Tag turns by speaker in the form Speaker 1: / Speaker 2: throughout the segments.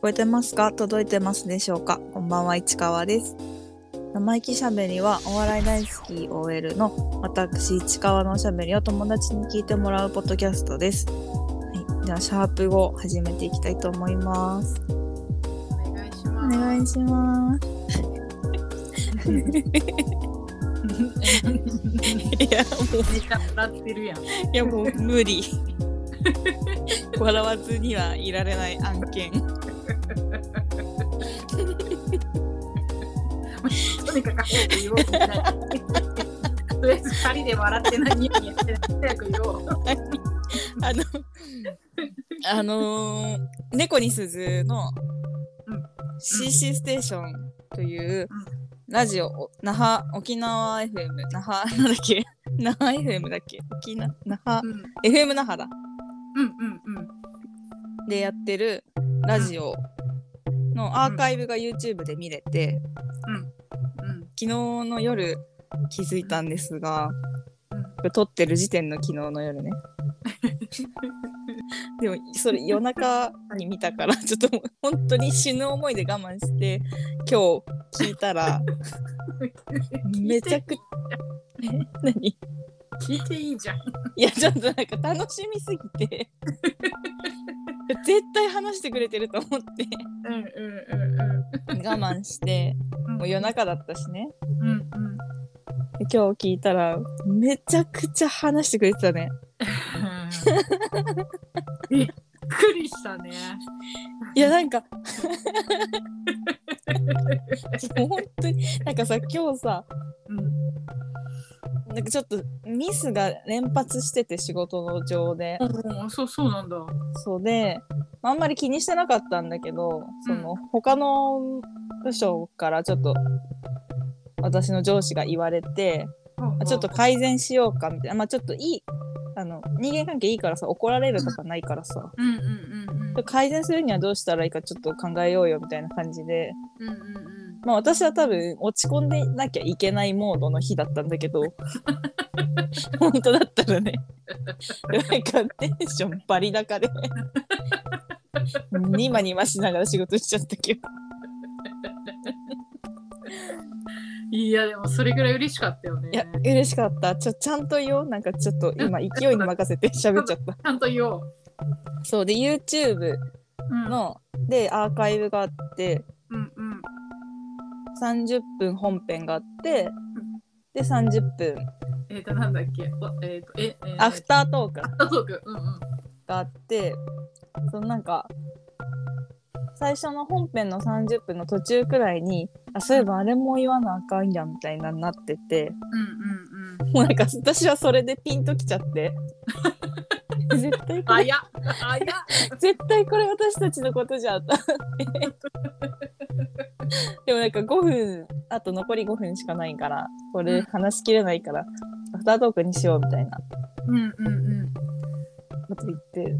Speaker 1: こえてますか届いてますでしょうかこんばんは、市川です。生意気しゃべりはお笑い大好き OL の私、市川のおしゃべりを友達に聞いてもらうポッドキャストです。はい、では、シャープを始めていきたいと思います。
Speaker 2: お願いし
Speaker 1: お
Speaker 2: ます。
Speaker 1: 願いします。いや、もう、
Speaker 2: めっちゃ笑ってるやん。
Speaker 1: いやもう無理。笑わずにはいられない案件。
Speaker 2: とにかく早く言おうみたいな。とりあえず二人で笑って何やってない早く言おう。
Speaker 1: あの、あのー猫に鈴の
Speaker 2: うん
Speaker 1: CC ステーションというラジオ、お那覇、沖縄 FM、那覇、なんだっけ、那覇 FM だっけ、沖縄、那覇
Speaker 2: う、ん
Speaker 1: FM 那覇だ。
Speaker 2: うんうんうん。
Speaker 1: でやってるラジオのアーカイブが YouTube で見れて、
Speaker 2: うん
Speaker 1: 昨日の夜気づいたんですが、
Speaker 2: うん
Speaker 1: 撮ってる時点の昨日の夜ねでもそれ夜中に見たからちょっともう本当に死ぬ思いで我慢して今日聞いたらめちゃく何
Speaker 2: 聞いていいじゃん。
Speaker 1: いやちょっとなんか楽しみすぎて絶対話してくれてると思って
Speaker 2: うんうん
Speaker 1: 我慢して
Speaker 2: うんうん。
Speaker 1: もう夜。中だったしね
Speaker 2: うんうん。
Speaker 1: で今日聞いたらめちゃくちゃ話してくれてたね
Speaker 2: びっくりしたね。
Speaker 1: いやなんかもう本当になんかさ今日さ
Speaker 2: うん
Speaker 1: なんかちょっとミスが連発してて仕事の上で
Speaker 2: うん。そうそうなんだ。
Speaker 1: そうであんまり気にしてなかったんだけどその、
Speaker 2: う
Speaker 1: 他の部署からちょっと私の上司が言われてあちょっと改善しようかみたいなまあちょっといいあの人間関係いいからさ怒られるとかないからさ
Speaker 2: うんうんうんうん
Speaker 1: 改善するにはどうしたらいいかちょっと考えようよみたいな感じで
Speaker 2: うんうん
Speaker 1: まあ私は多分落ち込んでなきゃいけないモードの日だったんだけ ど本当だったらねなんかテンションバリ高でニマニマしながら仕事しちゃったけど
Speaker 2: うん。いやでもそれぐらい嬉しかったよね。
Speaker 1: いや嬉しかったちょちゃんと言おうなんかちょっと今勢いに任せて喋っちゃった
Speaker 2: ちゃんと言おう。
Speaker 1: そうで YouTube
Speaker 2: うん
Speaker 1: のでアーカイブがあって
Speaker 2: うんうん
Speaker 1: 30分本編があってで30分
Speaker 2: えーと、なんだっけおえーと、え、えー
Speaker 1: アフタートーク
Speaker 2: アフタートーク。うんうん。
Speaker 1: があってそのなんか最初の本編の30分の途中くらいにあそういえばあれも言わなあかんやんみたいななってて
Speaker 2: うんうんうん。
Speaker 1: もうなんか私はそれでピンときちゃって絶対こ
Speaker 2: あ
Speaker 1: れ
Speaker 2: や、あや。
Speaker 1: 絶対これ私たちのことじゃん と思ってでもなんか5分あと残り5分しかないからこれ話しきれないからアフタートークにしようみたいな
Speaker 2: うんうんうん。
Speaker 1: こと言って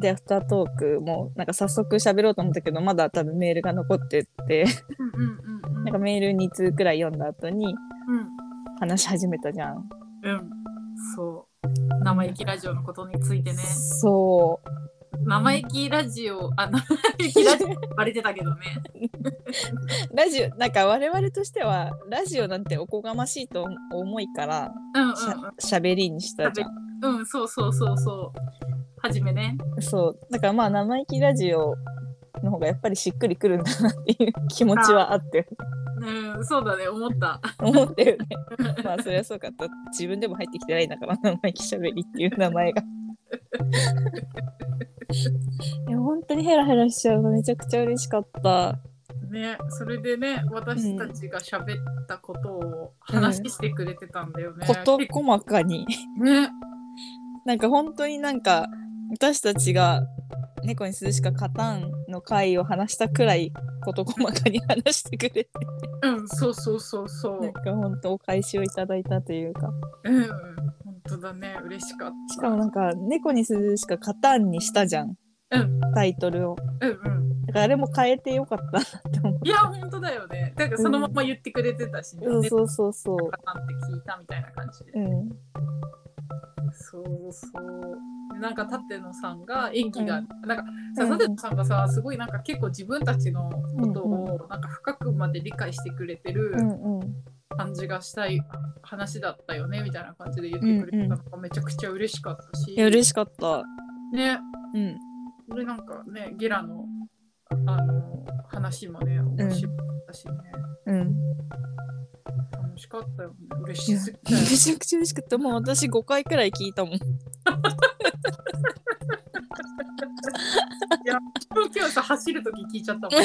Speaker 1: でアフタートークもなんか早速喋ろうと思ったけどまだ多分メールが残ってて
Speaker 2: うんうんうんうん。
Speaker 1: なんかメール2通くらい読んだ後に話し始めたじゃん。
Speaker 2: うん。うん。そう。生意気ラジオのことについてね。
Speaker 1: そ
Speaker 2: 生意気ラジオ、あ、生意気ラジオ、バレてたけどね。
Speaker 1: う ラジオなんか我々としてはラジオなんておこがましいと思いから
Speaker 2: うん
Speaker 1: しゃ喋、りにしたじゃん。
Speaker 2: うんうん。うん、そうそうそうそう。はじめね。
Speaker 1: そうだからまあ生意気ラジオの方がやっぱりしっくりくるんだなっていう気持ちはあって
Speaker 2: うん、そうだね、思った。
Speaker 1: 思ってるね。まあそりゃそうかと自分でも入ってきてないんだから生意気しゃべりっていう名前 が。いや本当にヘラヘラしちゃうのめちゃくちゃ嬉しかった。
Speaker 2: ね、それでね、私たちが喋ったことを話してくれてたんだよね。
Speaker 1: 事
Speaker 2: 結構
Speaker 1: 細かに。
Speaker 2: ね。
Speaker 1: なんか本当になんか私たちが猫に涼しか勝たんの回を話したくらい事細かに話してくれて
Speaker 2: うん、そうそうそうそう。
Speaker 1: なんか本当お返しをいただいたというか
Speaker 2: うん、本当だね、嬉しかった。
Speaker 1: しかもなんか「猫に涼しか勝たん」にしたじゃん
Speaker 2: うん、
Speaker 1: タイトルを
Speaker 2: うん、うん。
Speaker 1: だからあれも変えてよかったなって思う
Speaker 2: いや、本当だよね。だからそのまま言ってくれてたし、ね
Speaker 1: そうそうそうそう。
Speaker 2: なんて聞いたみたいな感じで。
Speaker 1: うん。
Speaker 2: そうそう。なんか舘野さんが演技が、
Speaker 1: う
Speaker 2: なんかさ
Speaker 1: うん
Speaker 2: 舘野さんがさすごいなんか結構自分たちのこと
Speaker 1: うん
Speaker 2: をなんか深くまで理解してくれてる
Speaker 1: うんうん。
Speaker 2: 感じがしたい話だったよねみたいな感じで言ってくれてたのがめちゃくちゃ嬉しかったし、
Speaker 1: いや、嬉しかった。
Speaker 2: ね
Speaker 1: うん。
Speaker 2: これなんかねゲラのあの話もね面白かったしね、
Speaker 1: うん。
Speaker 2: 楽しかったよね嬉
Speaker 1: いや
Speaker 2: しすぎたよ
Speaker 1: めちゃくちゃ嬉しくて、もう私5回くらい聞いたもん。
Speaker 2: 今日さ走るとき聞いちゃったもん。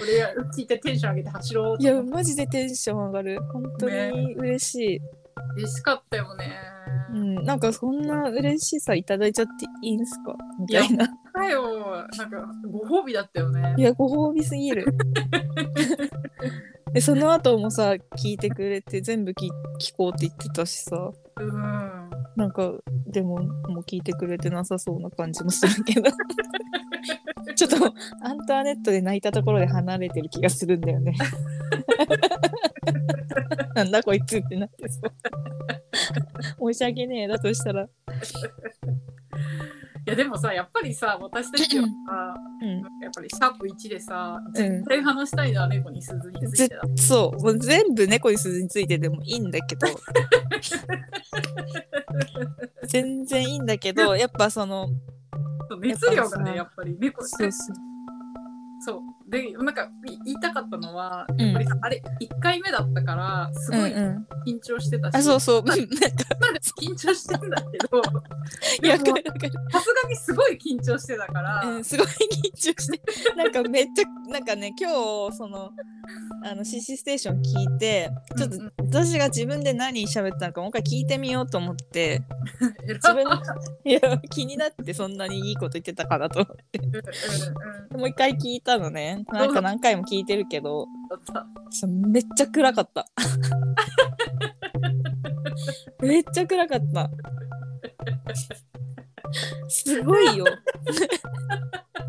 Speaker 2: 俺が聞いてテンション上げて走ろう
Speaker 1: い
Speaker 2: と
Speaker 1: や、
Speaker 2: 思って
Speaker 1: マジでテンション上がる。本当に嬉しい。
Speaker 2: 嬉しかったよね。
Speaker 1: うん。なんかそんな嬉しさいただいちゃっていいんすかみたいな。
Speaker 2: だよなんかご褒美だったよね
Speaker 1: い。や、ご褒美すぎ る。で、その後もさ、聞いてくれて、全部聞聞こうって言ってたしさ。
Speaker 2: うん。
Speaker 1: なんか、でも、もう聞いてくれてなさそうな感じもするけど。 ちょっと、アンターネットで泣いたところで離れてる気がするんだよね。 なんだこいつってなってさ。申し訳ねえだとしたら。
Speaker 2: いやでもさやっぱりさ私たちは
Speaker 1: う
Speaker 2: さやっぱりシャープ1でさ
Speaker 1: ん。
Speaker 2: 絶対話したいのは猫に鈴についてだ。
Speaker 1: うん。そう。もう全部猫に鈴についてでもいいんだけど。全然いいんだけど、やっぱその、
Speaker 2: 熱
Speaker 1: やっ
Speaker 2: 量が
Speaker 1: ぱさ
Speaker 2: ねやっぱり猫
Speaker 1: そうそう。
Speaker 2: そうでなんかい言いたかったのは、
Speaker 1: ん
Speaker 2: やっぱりさあれ1回目だったからす
Speaker 1: うん
Speaker 2: ごい
Speaker 1: うん。
Speaker 2: 緊張してたし、
Speaker 1: あ、そう そう。うん
Speaker 2: なんか緊張してんだけ ど
Speaker 1: いや、
Speaker 2: で
Speaker 1: わか
Speaker 2: も
Speaker 1: るわかる。
Speaker 2: さすがにすごい緊張してたから、
Speaker 1: うん、すごい緊張してなんかめっちゃなんかね今日そのあの CC ステーション聞いてちょっと
Speaker 2: うんうん
Speaker 1: 私が自分で何喋ったのかもう一回聞いてみようと思って
Speaker 2: 自
Speaker 1: 自分いや気になってそんなにいいこと言ってたかなと思ってもう一回聞いたのねなんか何回も聞いてるけどそうめっちゃ暗かった めっちゃ暗か ったすごいよ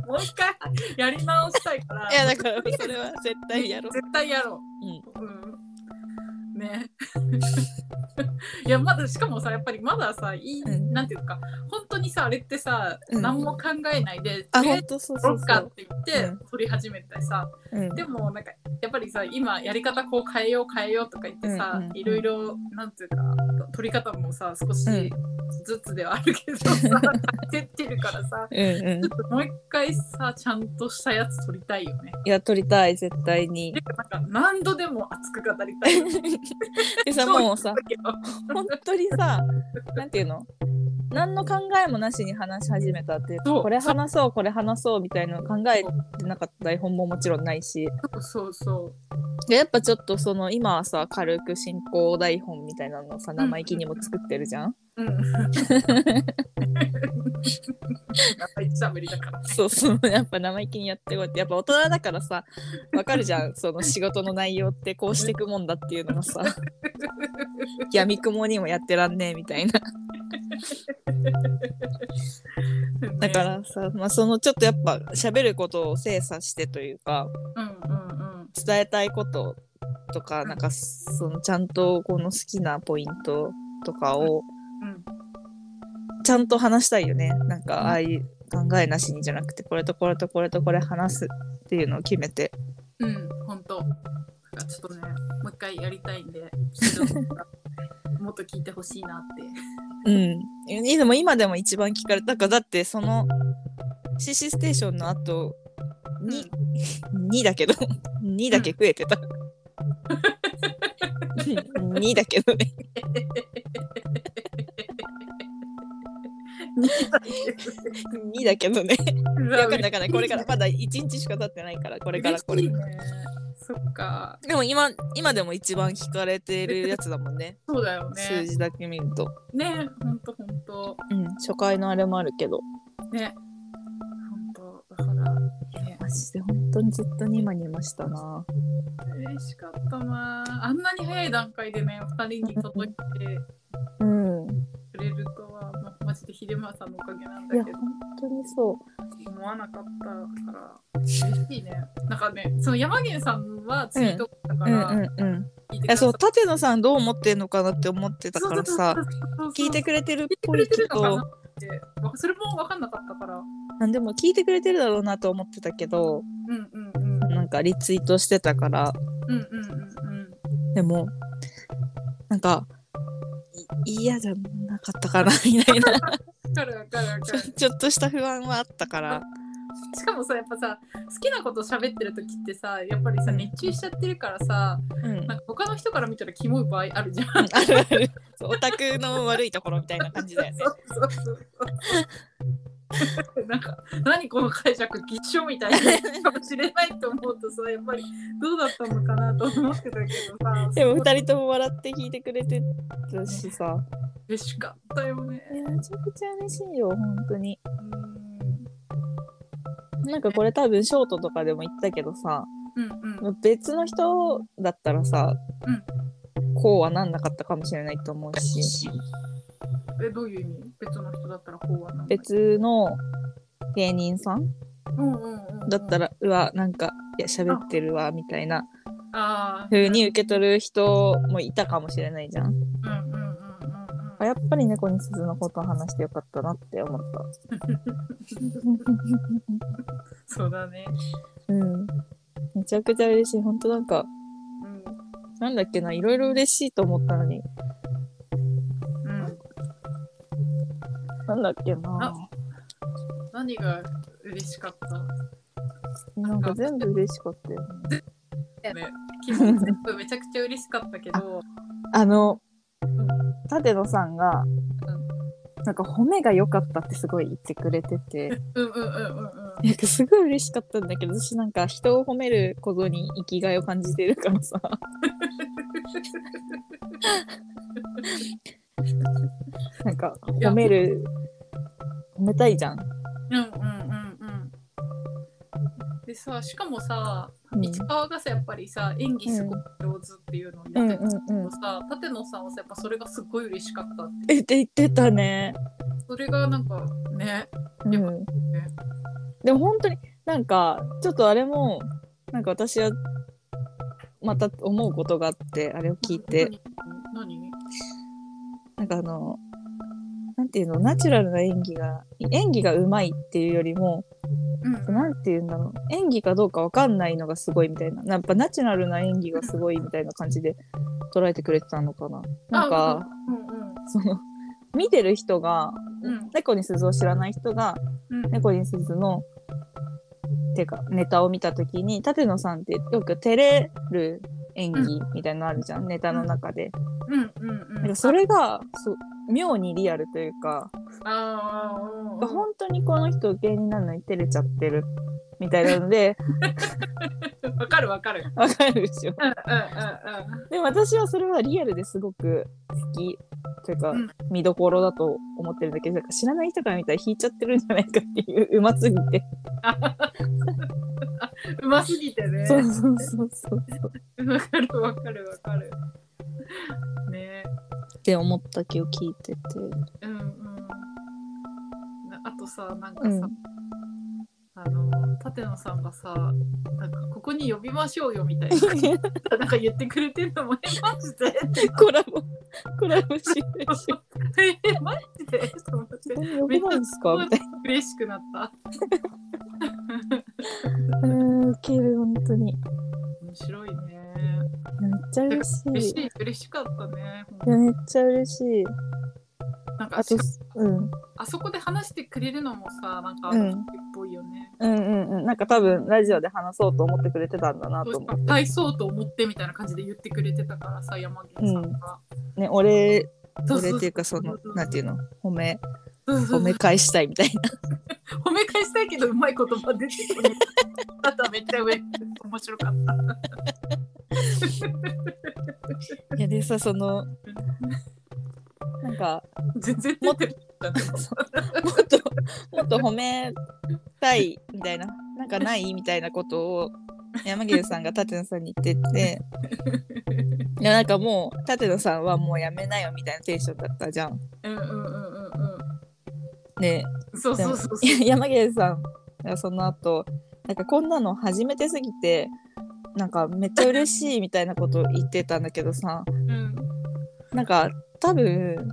Speaker 2: もう一回やり直したいから
Speaker 1: いやだからそれは絶対やろう
Speaker 2: 絶対やろう、うんね いやまだしかもさやっぱりまださいい、
Speaker 1: うん
Speaker 2: なんていうか本当にさあれってさ、
Speaker 1: うん
Speaker 2: 何も考えないで
Speaker 1: あ
Speaker 2: とりあえ
Speaker 1: 本当
Speaker 2: ず
Speaker 1: そう
Speaker 2: 撮
Speaker 1: そ
Speaker 2: ろ
Speaker 1: う
Speaker 2: っ
Speaker 1: そ
Speaker 2: か
Speaker 1: う
Speaker 2: って言
Speaker 1: う
Speaker 2: って撮り始めたりさ、
Speaker 1: うん
Speaker 2: でもなんかやっぱりさ今やり方こう変えよう変えようとか言ってさ、
Speaker 1: うんうんうん
Speaker 2: いろいろなんていうか取り方もさ少し
Speaker 1: うん
Speaker 2: ずつではあるけどさ 出てってるからさ
Speaker 1: うんうん
Speaker 2: ちょっともう一回さちゃんとしたやつ取りたいよね。
Speaker 1: いや撮りたい絶対 に
Speaker 2: でなんか何度でも熱く語りた いよね。
Speaker 1: でさもうさ
Speaker 2: だけど
Speaker 1: 本当にさなんていうの何の考えもなしに話し始めたっていう
Speaker 2: そう
Speaker 1: これ話そうこれ話そうみたいなの考えてなかった台本ももちろんないし
Speaker 2: そうそう
Speaker 1: でやっぱちょっとその今はさ軽く進行台本みたいなのをさ
Speaker 2: んうんうん
Speaker 1: 生意気にも作ってるじゃん、
Speaker 2: そう。 うん。生意気しゃべりだから。
Speaker 1: そうそうやっぱ生意気にやってこうやってやっぱ大人だからさわかるじゃ んその仕事の内容ってこうしてくもんだっていうのが さ闇雲にもやってらんねえみたいなだか
Speaker 2: ね。
Speaker 1: らさ、まあ、そのちょっとやっぱ喋ることを精査してというか
Speaker 2: うんうんうん。
Speaker 1: 伝えたいこととかなんかそのちゃんとこの好きなポイントとかを
Speaker 2: うん
Speaker 1: ちゃんと話したいよねなんかああいう考えなしにじゃなくてこれとこれとこれとこれ話すっていうのを決めて
Speaker 2: うん、本当。だからちょっとね、もう一回やりたいんで、ちょっともっと聞いてほしいな って。
Speaker 1: うんでも今でも一番聞かれただからだってその CC ステーションの後に2だけど2だけ食えてた2だけどね2だけどね
Speaker 2: だ
Speaker 1: よかったからこれからまだ1日しか経ってないからこ
Speaker 2: こ
Speaker 1: れからこれ
Speaker 2: ね
Speaker 1: から。
Speaker 2: そっか、
Speaker 1: でも今今でも一番聞かれてるやつだもんね
Speaker 2: そうだよ
Speaker 1: 数
Speaker 2: ね。
Speaker 1: 字だけ見ると、
Speaker 2: ね、本当本当
Speaker 1: うん、初回のあれもあるけど
Speaker 2: ね、本当だから、ね、
Speaker 1: マジで本当にずっとニマニマしたな
Speaker 2: 嬉しかったな。あんなに早い段階でね、お二人に届いて
Speaker 1: うん
Speaker 2: くれるとは、もうマジで秀間さんのおかげなん
Speaker 1: いや
Speaker 2: だけ
Speaker 1: 本
Speaker 2: ど。
Speaker 1: 当にそ
Speaker 2: 思わなかったから嬉しいねなんかねその山源さんはツイートだ
Speaker 1: う
Speaker 2: か
Speaker 1: うん
Speaker 2: ら、
Speaker 1: うんうん
Speaker 2: 聞いてく
Speaker 1: え
Speaker 2: ださ
Speaker 1: そ
Speaker 2: っ
Speaker 1: う舘野さんどう思ってんのかなって思ってたからさ
Speaker 2: そうそうそうそう
Speaker 1: 聞いてくれてるっ
Speaker 2: 聞いて
Speaker 1: ぽ
Speaker 2: く
Speaker 1: い
Speaker 2: れて
Speaker 1: け
Speaker 2: るのかな
Speaker 1: ど
Speaker 2: ってわそれも分かんなかったから
Speaker 1: なんでも聞いてくれてるだろうなと思ってたけど
Speaker 2: うんうんうんうん
Speaker 1: なんかリツイートしてたから
Speaker 2: うんうんうん
Speaker 1: でもなんかい嫌じゃなかったかなみたいな
Speaker 2: わかるわかるわかる
Speaker 1: ちょっとした不安はあったから
Speaker 2: しかもさやっぱさ好きなこと喋ってる時ってさやっぱりさ熱中しちゃってるからさ
Speaker 1: うん
Speaker 2: なんか他の人から見たらキモい場合あるじゃん
Speaker 1: うんあるあるそうオタクの悪いところみたいな感じだよね
Speaker 2: そうそうそうそう なんか何この解釈一緒みたいなかもしれないと思うとさやっぱりどうだったのかなと思ってたけどさ
Speaker 1: でも
Speaker 2: すごい
Speaker 1: 2人とも笑って聞いてくれてたしさ
Speaker 2: 嬉しかったよね
Speaker 1: いやめちゃくちゃ嬉しいよ本当に
Speaker 2: うん
Speaker 1: なんかこれ多分ショートとかでも言ったけどさ
Speaker 2: うんうん
Speaker 1: 別の人だったらさ、
Speaker 2: うん
Speaker 1: こうはなんなかったかもしれないと思うし
Speaker 2: えどういう意味別の人だったらこうはなんだ
Speaker 1: 別の芸人さん
Speaker 2: うんうんうんうん
Speaker 1: だったらうわなんかいや喋ってるわみたいな
Speaker 2: ああ
Speaker 1: 風に受け取る人もいたかもしれないじゃん
Speaker 2: うんうんうんうん
Speaker 1: あやっぱり猫に鈴のことを話してよかったなって思 った
Speaker 2: うんそうだね
Speaker 1: うんめちゃくちゃ嬉しい本当なんか
Speaker 2: うん
Speaker 1: なんだっけないろいろ嬉しいと思ったのに
Speaker 2: うん
Speaker 1: なんだっけな
Speaker 2: 何が嬉しかった
Speaker 1: なんか全部嬉しかったよね
Speaker 2: ね、基本全部めちゃくちゃ嬉しかったけど、
Speaker 1: あの
Speaker 2: ん、
Speaker 1: 舘野さんが、なんか褒めが良かったってすごい言ってくれてて、
Speaker 2: うんうんうんうんうん。
Speaker 1: なんか すごい嬉しかったんだけど、私なんか人を褒めることに生きがいを感じてるから さ、なんか褒める、褒めたいじゃん。
Speaker 2: うんうんうんうん。でさ、しかもさ、
Speaker 1: うん
Speaker 2: 市川がさ、やっぱりさ、演技すごい上手っていうのをやってたけ
Speaker 1: うんうんう
Speaker 2: どさ、舘野さんはさ、やっぱそれがすごい嬉しかったって。
Speaker 1: え、って言ってたね。
Speaker 2: それがなんかね、
Speaker 1: う
Speaker 2: よか
Speaker 1: ん。でも本当になんか、ちょっとあれも、なんか私は、また思うことがあって、あれを聞いて。
Speaker 2: 何。何
Speaker 1: なんかあの、なんていうの、ナチュラルな演技が、演技がうまいっていうよりも、
Speaker 2: うん
Speaker 1: なんていうんだろう、演技かどうかわかんないのがすごいみたいな、やっぱナチュラルな演技がすごいみたいな感じで捉えてくれてたのかな。なんか、、
Speaker 2: う
Speaker 1: その、見てる人が、
Speaker 2: うん
Speaker 1: 猫に鈴を知らない人が、
Speaker 2: んうんうん。
Speaker 1: 猫に鈴の、てか、ネタを見たときに、舘野さんってよく照れる演技みたいなのあるじゃん、ネタの中で。
Speaker 2: うんうん
Speaker 1: なん
Speaker 2: う
Speaker 1: か
Speaker 2: ん。
Speaker 1: それが、そう、妙にリアルというか、
Speaker 2: ああ、うんうん
Speaker 1: 本当にこの人芸人なのに照れちゃってるみたいなので
Speaker 2: わかるわかる。
Speaker 1: わかるでしょ
Speaker 2: うんうんうんうん。
Speaker 1: でも私はそれはリアルですごく好きというか、
Speaker 2: うん
Speaker 1: 見どころだと思ってるんだけどなんか知らない人から見たら引いちゃってるんじゃないかっていうう ますぎて、
Speaker 2: うますぎてね。
Speaker 1: そうそうそうそうそう
Speaker 2: わかるわかるわかる。ね
Speaker 1: って思った気を聞いてて
Speaker 2: うんうん。なあとさ、なんかさ、
Speaker 1: うん
Speaker 2: あの、舘野さんがさ、なんかここに呼びましょうよみたい な、なんか言ってくれてるのも、え、マジで って
Speaker 1: コラボコラボしてるし
Speaker 2: え、マジでと思って、
Speaker 1: 呼べないんですかみたい
Speaker 2: 嬉しくなった。
Speaker 1: なうんウケる本当に
Speaker 2: 面白いね。
Speaker 1: めっちゃ嬉しい
Speaker 2: 嬉し
Speaker 1: い
Speaker 2: い、嬉しかったね。
Speaker 1: やめっちゃ嬉しい
Speaker 2: なんか
Speaker 1: あとうん
Speaker 2: あそこで話してくれるのもさ、なんか、
Speaker 1: うん
Speaker 2: っぽいよね。
Speaker 1: うんうんうん、なんか多分ラジオで話そうと思ってくれてたんだなと
Speaker 2: そう
Speaker 1: 思って。
Speaker 2: 大そうと思ってみたいな感じで言ってくれてたからさ、山岸さんが。
Speaker 1: ね、俺、
Speaker 2: そうそう
Speaker 1: 俺っていうかその、なんていうの、褒め、
Speaker 2: そうそ
Speaker 1: 褒
Speaker 2: う
Speaker 1: め返したいみたいな。
Speaker 2: 褒め返したいけど、うまい言葉出てくる。あとはめっちゃ上、面白かった。
Speaker 1: いやでさ、その、 なんか、
Speaker 2: 全然出てる。
Speaker 1: もっと、もっと褒めたいみたいな、なんかないみたいなことを、山岸さんが舘野さんに言ってて、いやなんかもう、舘野さんはもうやめなよみたいなテンションだったじゃん。
Speaker 2: うんうんうんうんうん。
Speaker 1: で、
Speaker 2: そうそうそうそう。
Speaker 1: いや山岸さんがその後なんかこんなの初めてすぎてなんかめっちゃ嬉しいみたいなこと言ってたんだけどさ
Speaker 2: うん
Speaker 1: なんか多分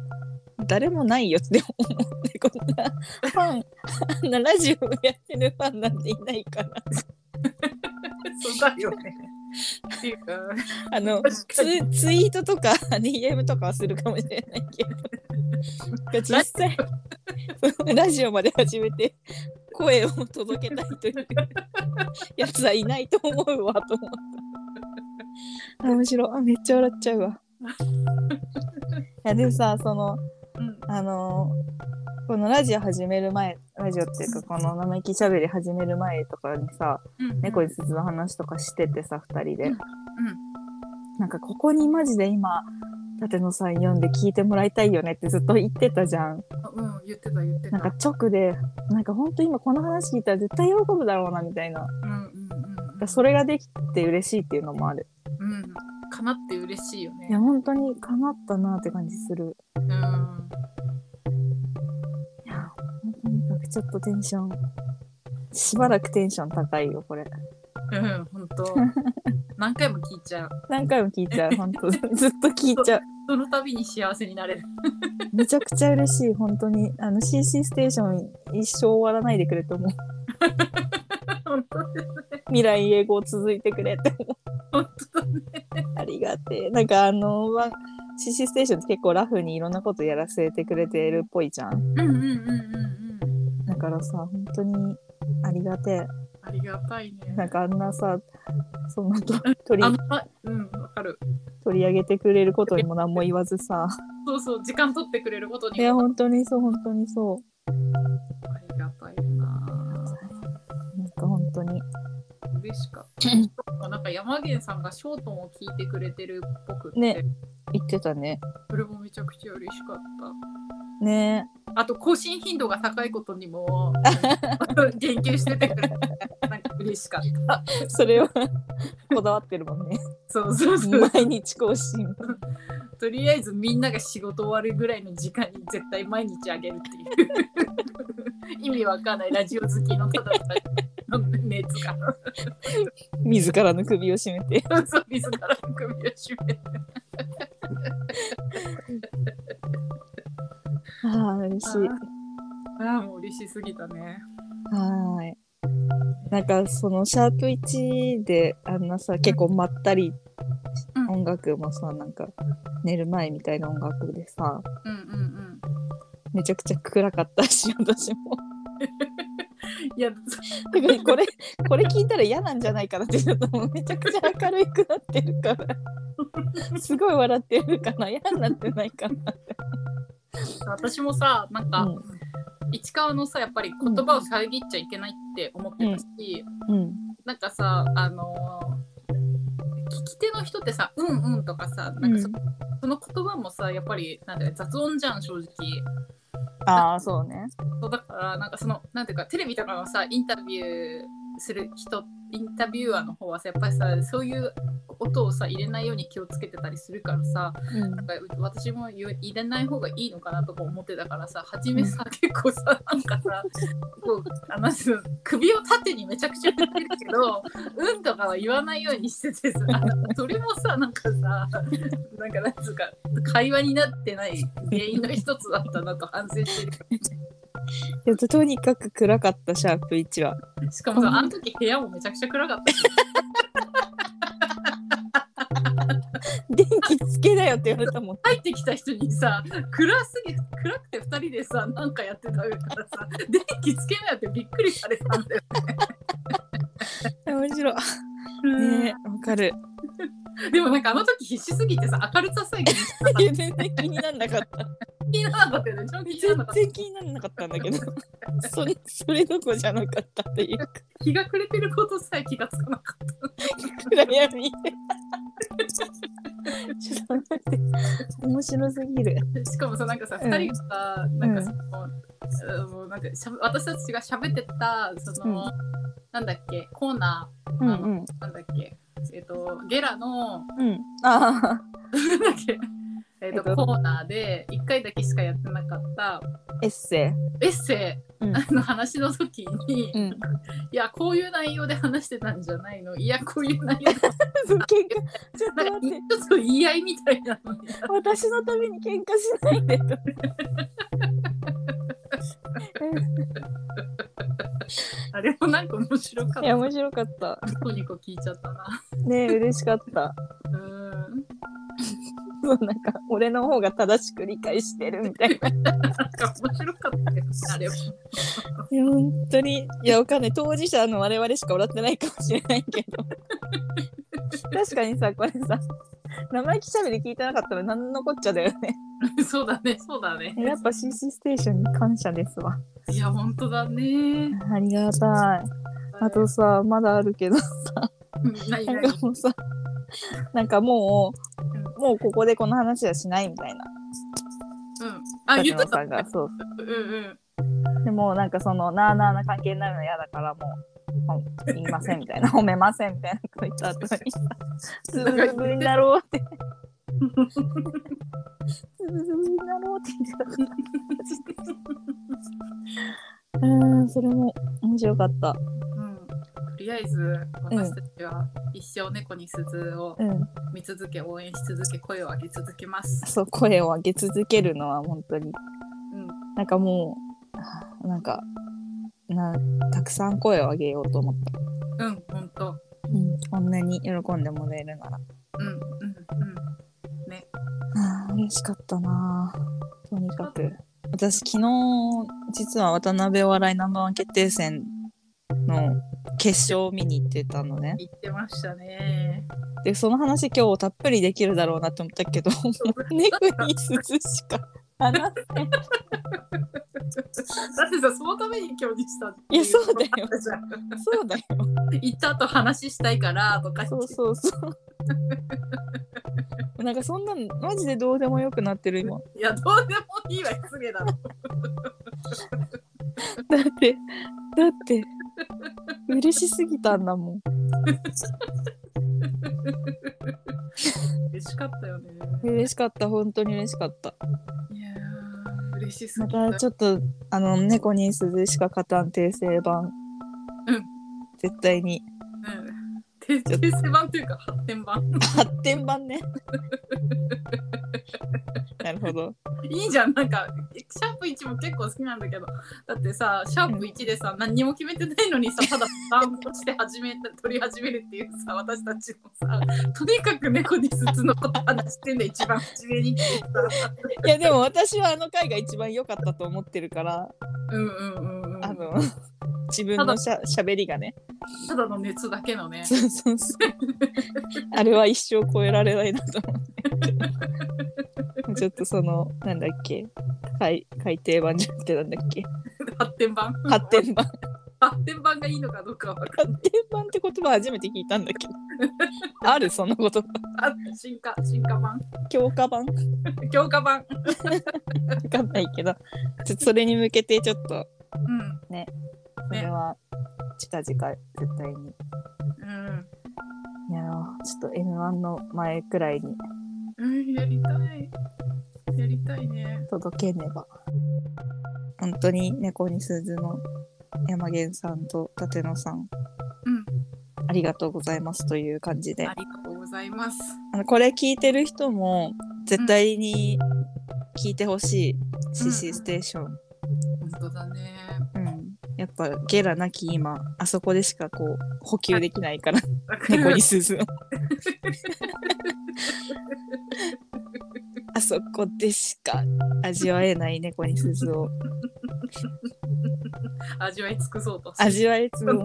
Speaker 1: 誰もないよって思ってこんなファン あんなラジオやってるファンなんていないから
Speaker 2: そうだよね。っていうか、
Speaker 1: あの
Speaker 2: 確かに
Speaker 1: ツツイートとか DM とかはするかもしれないけど実際 そのラジオまで始めて声を届けたいというやつはいないと思うわと思った。あむしろめっちゃ笑っちゃうわ。いやでもさその
Speaker 2: うん、
Speaker 1: あのこのラジオ始める前ラジオっていうかこの生意気しゃべり始める前とかにさ
Speaker 2: うん、
Speaker 1: 猫
Speaker 2: うん
Speaker 1: に鈴の話とかしててさ2人で。
Speaker 2: うん
Speaker 1: なんかここにマジで今舘野さん読んで聞いてもらいたいよねってずっと言ってたじゃん
Speaker 2: あうん、言ってた言ってた。
Speaker 1: なんか直でなんかほんと今この話聞いたら絶対喜ぶだろうなみたいな
Speaker 2: うんうんうん。
Speaker 1: それができて嬉しいっていうのもある
Speaker 2: うん、かなって嬉しいよ
Speaker 1: いや
Speaker 2: ね。
Speaker 1: 本当にかなったなって感じする
Speaker 2: うん、
Speaker 1: いやとにかくちょっとテンションしばらくテンション高いよこれ
Speaker 2: うん、本当。 何回も聞いちゃう。
Speaker 1: 何回も聞いちゃう本 当ずっと聞いちゃう
Speaker 2: その度に幸せになれる。
Speaker 1: めちゃくちゃ嬉しい本当にあの CC ステーション一生終わらないでくれと思う
Speaker 2: 本当ですね。
Speaker 1: 未来英語続いてくれって
Speaker 2: 本当だね。
Speaker 1: ありがてえ。なんかあの、まあ、CC ステーションって結構ラフにいろんなことやらせてくれてるっぽいじゃん。
Speaker 2: うんうんうんうんうん。
Speaker 1: だからさ、本当にありがてえ。
Speaker 2: ありがたいね。
Speaker 1: なんかあんなさ、そのと取
Speaker 2: あ
Speaker 1: り
Speaker 2: の、あうん、わかる。
Speaker 1: 取り上げてくれることにも何も言わずさ。
Speaker 2: そうそう、時間取ってくれること
Speaker 1: い
Speaker 2: に
Speaker 1: や、
Speaker 2: も
Speaker 1: 本当にそう、本当にそ
Speaker 2: ありがたいな。
Speaker 1: う。なんか本当に。
Speaker 2: 嬉しかった。なんか山源さんがショートンを聞いてくれてるっぽくって、
Speaker 1: ね言ってたね。
Speaker 2: それもめちゃくちゃ嬉しかっ
Speaker 1: ね
Speaker 2: た。あと更新頻度が高いことにも 言及しててくれて、なんか嬉しかった。
Speaker 1: え。それは こだわってるもんね。
Speaker 2: そうそうそう。
Speaker 1: 毎日更新。
Speaker 2: とりあえずみんなが仕事終わるぐらいの時間に絶対毎日あげるっていう意味わかんないラジオ好きのただただの熱が。
Speaker 1: 自らの首を絞めて。
Speaker 2: そう、自らの首を絞めて。
Speaker 1: ああ、嬉しい。
Speaker 2: ああ、もう嬉しすぎたね。
Speaker 1: はーい。なんかそのシャープ1であんなさ結構まったり
Speaker 2: うん
Speaker 1: 音楽もさなんか寝る前みたいな音楽でさ
Speaker 2: うんうんうん。
Speaker 1: めちゃくちゃ暗かったし私も。
Speaker 2: いや、
Speaker 1: 特にこれこれ聞いたら嫌なんじゃないかなってちょっともうめちゃくちゃ明るくなってるからすごい笑ってるかな嫌になってないかな。
Speaker 2: 私もさ、なんか、市川のさ、やっぱり言葉を遮っちゃいけないって思ってたし、
Speaker 1: うんうん
Speaker 2: なんかさ、あのー聞き手の人ってさ、うんうんとかさ、なんかそ,、
Speaker 1: うん
Speaker 2: その言葉もさ、やっぱりなんだよ雑音じゃん、正直。
Speaker 1: ああそうね。
Speaker 2: そうだから、なんかその、なんていうか、テレビとかのさ、インタビューする人、インタビュアーの方はさ、やっぱりさ、そういう音をさ、入れないように気をつけてたりするからさ、
Speaker 1: うん
Speaker 2: なんか私も言う入れない方がいいのかなとか思ってたからさ初めさ、結構さなんかさこうあの首を縦にめちゃくちゃ振ってるけど「うん」とかは言わないようにしててさそれもさなんかさなんかなんつうか会話になってない原因の一つだったなと反省してる
Speaker 1: いやとにかく暗かったシャープ1は。
Speaker 2: しかもさあの時部屋もめちゃくちゃ暗かったし
Speaker 1: 電気つけなよって言われたもん。
Speaker 2: 入ってきた人にさ暗すぎ暗くて2人でさなんかやってたからさ電気つけなよってびっくりされたんだよ
Speaker 1: 面白い。
Speaker 2: ね
Speaker 1: ねえわかる。
Speaker 2: でもなんかあの時必死すぎてさ明るささえ気にしなかっ
Speaker 1: いや全然気になんなか った。
Speaker 2: た気にならなかったよね超気にな
Speaker 1: 全
Speaker 2: らなかった
Speaker 1: 然気にならなかったんだけど、それそれどころじゃなかったっていうか、
Speaker 2: 日が暮れてることさえ気がつかなかった
Speaker 1: 暗闇で。ちょっと待って、面白すぎる。
Speaker 2: しかもさなんかさ
Speaker 1: うん
Speaker 2: 2人がさ、なんかその、うんもうなんかしゃべ私たちが喋ってたその、
Speaker 1: う
Speaker 2: なんだっけコーナ
Speaker 1: うんうん。
Speaker 2: ーなんだっけえっとゲラの
Speaker 1: うん。ああ。
Speaker 2: なんだっけえーと
Speaker 1: えっと
Speaker 2: コーナーで1回だけしかやってなかった
Speaker 1: エッセ
Speaker 2: エッセ
Speaker 1: イ、うん
Speaker 2: イの話の時に、
Speaker 1: う
Speaker 2: い
Speaker 1: ん、
Speaker 2: やこういう内容で話してたんじゃないのいやこういう内容で
Speaker 1: そう喧嘩ちょっ
Speaker 2: な
Speaker 1: と
Speaker 2: んか
Speaker 1: 待って
Speaker 2: ちょっと言い合いみたいなのになって
Speaker 1: 私のために喧嘩しないでと
Speaker 2: あれもなんか面白かっ
Speaker 1: いや
Speaker 2: た
Speaker 1: 面白かった
Speaker 2: ニコニコ聞いちゃったな
Speaker 1: ね嬉しかった
Speaker 2: うん
Speaker 1: そうなんか俺の方が正しく理解してるみたいな
Speaker 2: なんか面白かったよねあれも
Speaker 1: いや本当にいやわかんない当事者の我々しか笑ってないかもしれないけど確かにさこれさ生意気しゃべり聞いてなかったら何のこっちゃだよね
Speaker 2: そうだねそうだね
Speaker 1: やっぱ CC ステーションに感謝ですわ
Speaker 2: いや本当だね
Speaker 1: ありがたいあとさまだあるけど
Speaker 2: うん何
Speaker 1: なん
Speaker 2: 何
Speaker 1: かもうさなんかもうもうここでこの話はしないみたいな
Speaker 2: うんあ言っ
Speaker 1: 舘
Speaker 2: とっ
Speaker 1: 野さ
Speaker 2: た
Speaker 1: んがそう
Speaker 2: うんうん
Speaker 1: でもなんかそのなあなあな関係になるの嫌だからもうもう言いませんみ たいな褒めませんみたいなこと言った後にさ「ズブズブになろう」って「ズブズブになろう」って言ってたからうんそれも面白かった
Speaker 2: うんとりあえず私たちは一生猫に鈴を
Speaker 1: うん
Speaker 2: 見続け応援し続け声を上げ続けます。
Speaker 1: そう声を上げ続けるのは本当に
Speaker 2: うん、
Speaker 1: なんかもうあーなんかなたくさん声を上げようと思った、
Speaker 2: うん、本当。
Speaker 1: うん、こんなに喜んでもらえるなら
Speaker 2: うん、うん、うん。
Speaker 1: あー嬉しかったなとにかく私昨日実は渡辺お笑いナンバーワン決定戦の決勝を見に行ってたのね
Speaker 2: 言ってましたね。
Speaker 1: でその話今日たっぷりできるだろうなって思ったけどもう猫に鈴しか話せない
Speaker 2: だってさ、そのために今日にしたってい
Speaker 1: いやそうだよ
Speaker 2: ことじゃん。
Speaker 1: そう だよ
Speaker 2: 行った後話したいからとか言って
Speaker 1: そうそうそうなんかそんなんマジでどうでもよくなってる今
Speaker 2: いや、どうでもいいわ、失礼だろ。
Speaker 1: だってだって嬉しすぎたんだもん
Speaker 2: 嬉しかったよね。
Speaker 1: 嬉しかった本当に嬉しかった
Speaker 2: いやー、嬉しす
Speaker 1: ま
Speaker 2: ぎた。
Speaker 1: たちょっとあの猫に鈴しか勝たん訂正版
Speaker 2: うん
Speaker 1: 絶対に
Speaker 2: うん。て訂正版というか、発展版。
Speaker 1: 発展版 ねなるほど
Speaker 2: いいじゃんなんかシャープ1も結構好きなんだけどだってさシャープ1でさ、何にも決めてないのにさただボタンを押して始めた取り始めるっていうさ私たちのさとにかく猫に筒のこと話してんだ一番初めにっていうさ
Speaker 1: いやでも私はあの回が一番良かったと思ってるから、
Speaker 2: うんうんうんうん
Speaker 1: あの自分のしゃしゃべりがね
Speaker 2: ただの熱だけのね
Speaker 1: そうそうそうあれは一生超えられないなと思ってちょっとそのなんだっけ改改訂版じゃなくてなんだっけ
Speaker 2: 発展版
Speaker 1: 発展版
Speaker 2: 発展版がいいのかどうかは分かん
Speaker 1: 発展版って言葉初めて聞いたんだけどあるその言葉
Speaker 2: ないあ進化進化版
Speaker 1: 強化版わ
Speaker 2: 強化版
Speaker 1: かんないけどちょっとそれに向けてちょっと
Speaker 2: うん
Speaker 1: これは近々絶対に
Speaker 2: うん
Speaker 1: やろうちょっと m 1の前くらいに
Speaker 2: うんやりたいやりたいね
Speaker 1: 届けねば本当に猫に鈴の山源さんと舘野さん
Speaker 2: うん
Speaker 1: ありがとうございますという感じで
Speaker 2: ありがとうございます
Speaker 1: あのこれ聞いてる人も絶対に聞いてほしい、CC ステーション
Speaker 2: 本当だね。
Speaker 1: うん、やっぱゲラなき今あそこでしかこう補給できないから
Speaker 2: わか
Speaker 1: 猫
Speaker 2: る
Speaker 1: に鈴を あそこでしか味わえない猫に鈴を
Speaker 2: 味わい尽くそうと。
Speaker 1: 味わえつも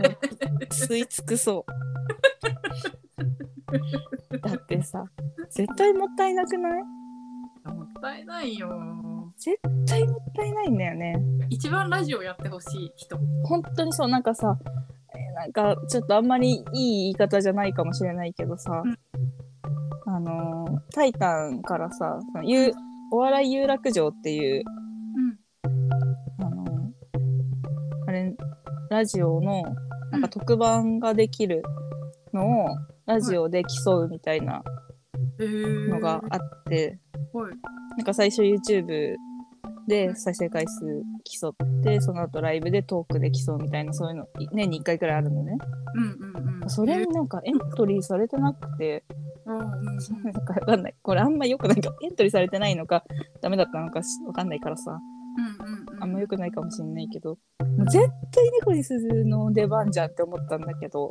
Speaker 1: 吸い尽くそうだってさ絶対もったいなくない
Speaker 2: もったいないよ。
Speaker 1: 絶対もったいないんだよね
Speaker 2: 一番ラジオやってほしい人。
Speaker 1: 本当にそうなんかさえーなんかちょっとあんまりいい言い方じゃないかもしれないけどさ、
Speaker 2: うん
Speaker 1: あのー「タイタン」からさそのゆうお笑い有楽町っていう、
Speaker 2: うん。
Speaker 1: あのーあれラジオのなんか特番ができるのをラジオで競うみたいな
Speaker 2: えー
Speaker 1: のがあって、
Speaker 2: うはい。
Speaker 1: なんか最初 YouTube
Speaker 2: う
Speaker 1: で
Speaker 2: ん
Speaker 1: 再生回数競って、その後ライブでトークで競うみたいな、そういうの、年に1回くらいあるのね。
Speaker 2: うんうんうん。
Speaker 1: それ
Speaker 2: え
Speaker 1: になんかエントリーされてなくて、
Speaker 2: うんうんうん。
Speaker 1: なんかわかんない。これあんま良くないか、エントリーされてないのか、ダメだったのかしわかんないからさ、
Speaker 2: うんうんうん。
Speaker 1: あんま良くないかもしんないけど、もう絶対猫に鈴の出番じゃんって思ったんだけど、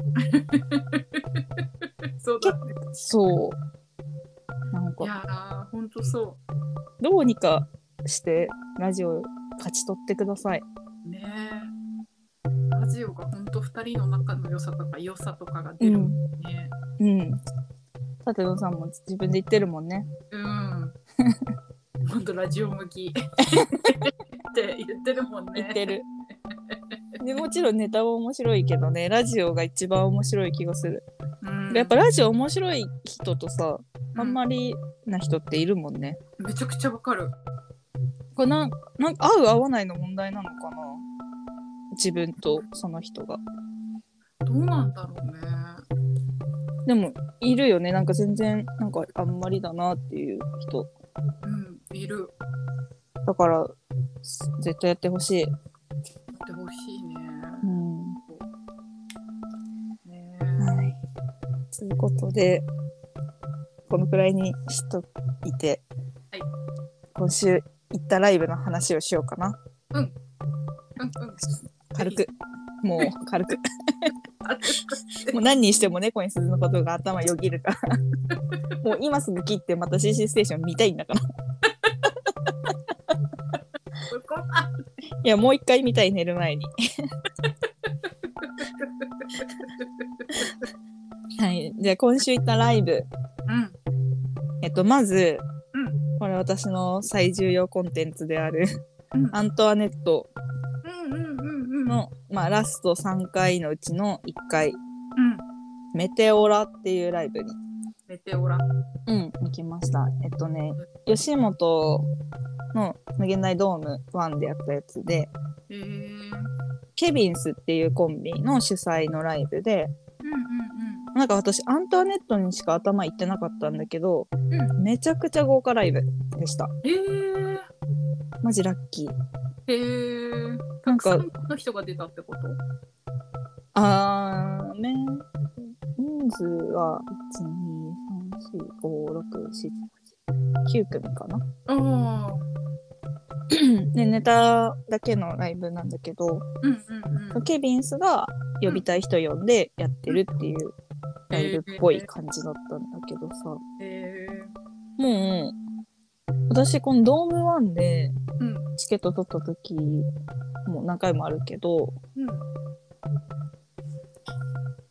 Speaker 2: そうだね。
Speaker 1: そう。なん
Speaker 2: い
Speaker 1: か、
Speaker 2: やー、ほんとそ
Speaker 1: どうにかして、ラジオ勝ち取ってください。
Speaker 2: う。ねえ。ラジオがほんと2人の仲の良さとか良さとかが出るもんね。
Speaker 1: うん。舘野さんも自分で言ってるもんね。
Speaker 2: うん。ほんとラジオ向きって言ってるもんね。
Speaker 1: 言って る。でもちろんネタは面白いけどね、ラジオが一番面白い気がする。
Speaker 2: うん。
Speaker 1: やっぱラジオ面白い人とさ、あんま
Speaker 2: り。
Speaker 1: りな人っているもんね。
Speaker 2: めちゃくちゃわかる。
Speaker 1: これなん、なんか合う合わないの問題なのかな自分とその人が。
Speaker 2: どうなんだろうね。
Speaker 1: でも、いるよね。なんか全然、なんかあんまりだなっていう人。
Speaker 2: うん、いる。
Speaker 1: だから、す絶対やってほしい。
Speaker 2: やってほしいね。
Speaker 1: うん。
Speaker 2: ね
Speaker 1: はい。ということで、このくらいにしといて、
Speaker 2: はい
Speaker 1: 今週行ったライブの話をしようかな。
Speaker 2: うんうん。
Speaker 1: 軽く。もう軽く。
Speaker 2: あちょ っ
Speaker 1: もう何にしても猫に鈴のことが頭よぎるから。もう今すぐ切ってまた CC ステーション見たいんだから。
Speaker 2: とそこあ
Speaker 1: いや、もう一回見たい、寝る前に。はい。じゃあ今週行ったライブ。
Speaker 2: うん。
Speaker 1: えっと、まず、
Speaker 2: う
Speaker 1: これ私の最重要コンテンツである、
Speaker 2: うん
Speaker 1: アントワネット
Speaker 2: うんうんうんうん。
Speaker 1: の、まあ、ラスト3回のうちの1回
Speaker 2: うん。
Speaker 1: メテオラっていうライブに、
Speaker 2: メテオラ。
Speaker 1: うん、行きました。えっとね、吉本の無限大ドーム1でやったやつで、
Speaker 2: へえ。うんうん
Speaker 1: ケビンスっていうコンビの主催のライブで、なんか私、アントワネットにしか頭いってなかったんだけど、
Speaker 2: う
Speaker 1: めちゃくちゃ豪華ライブでした。
Speaker 2: うん。へえ。
Speaker 1: マジラッキー。
Speaker 2: へえ。
Speaker 1: な
Speaker 2: た
Speaker 1: ん
Speaker 2: く
Speaker 1: か
Speaker 2: さんの人が出たってこと
Speaker 1: あー、ね、人数は、1、2、3、4、5、6、7、8、9組かな。
Speaker 2: ああ。
Speaker 1: ね、ネタだけのライブなんだけど、
Speaker 2: うんうんうん。
Speaker 1: ケビンスが呼びたい人呼んでやってるっていうライブっぽい感じだったんだけどさ、
Speaker 2: へえ。
Speaker 1: もう、私このドームワンで
Speaker 2: うん
Speaker 1: チケット取った時もう何回もあるけど、
Speaker 2: うん。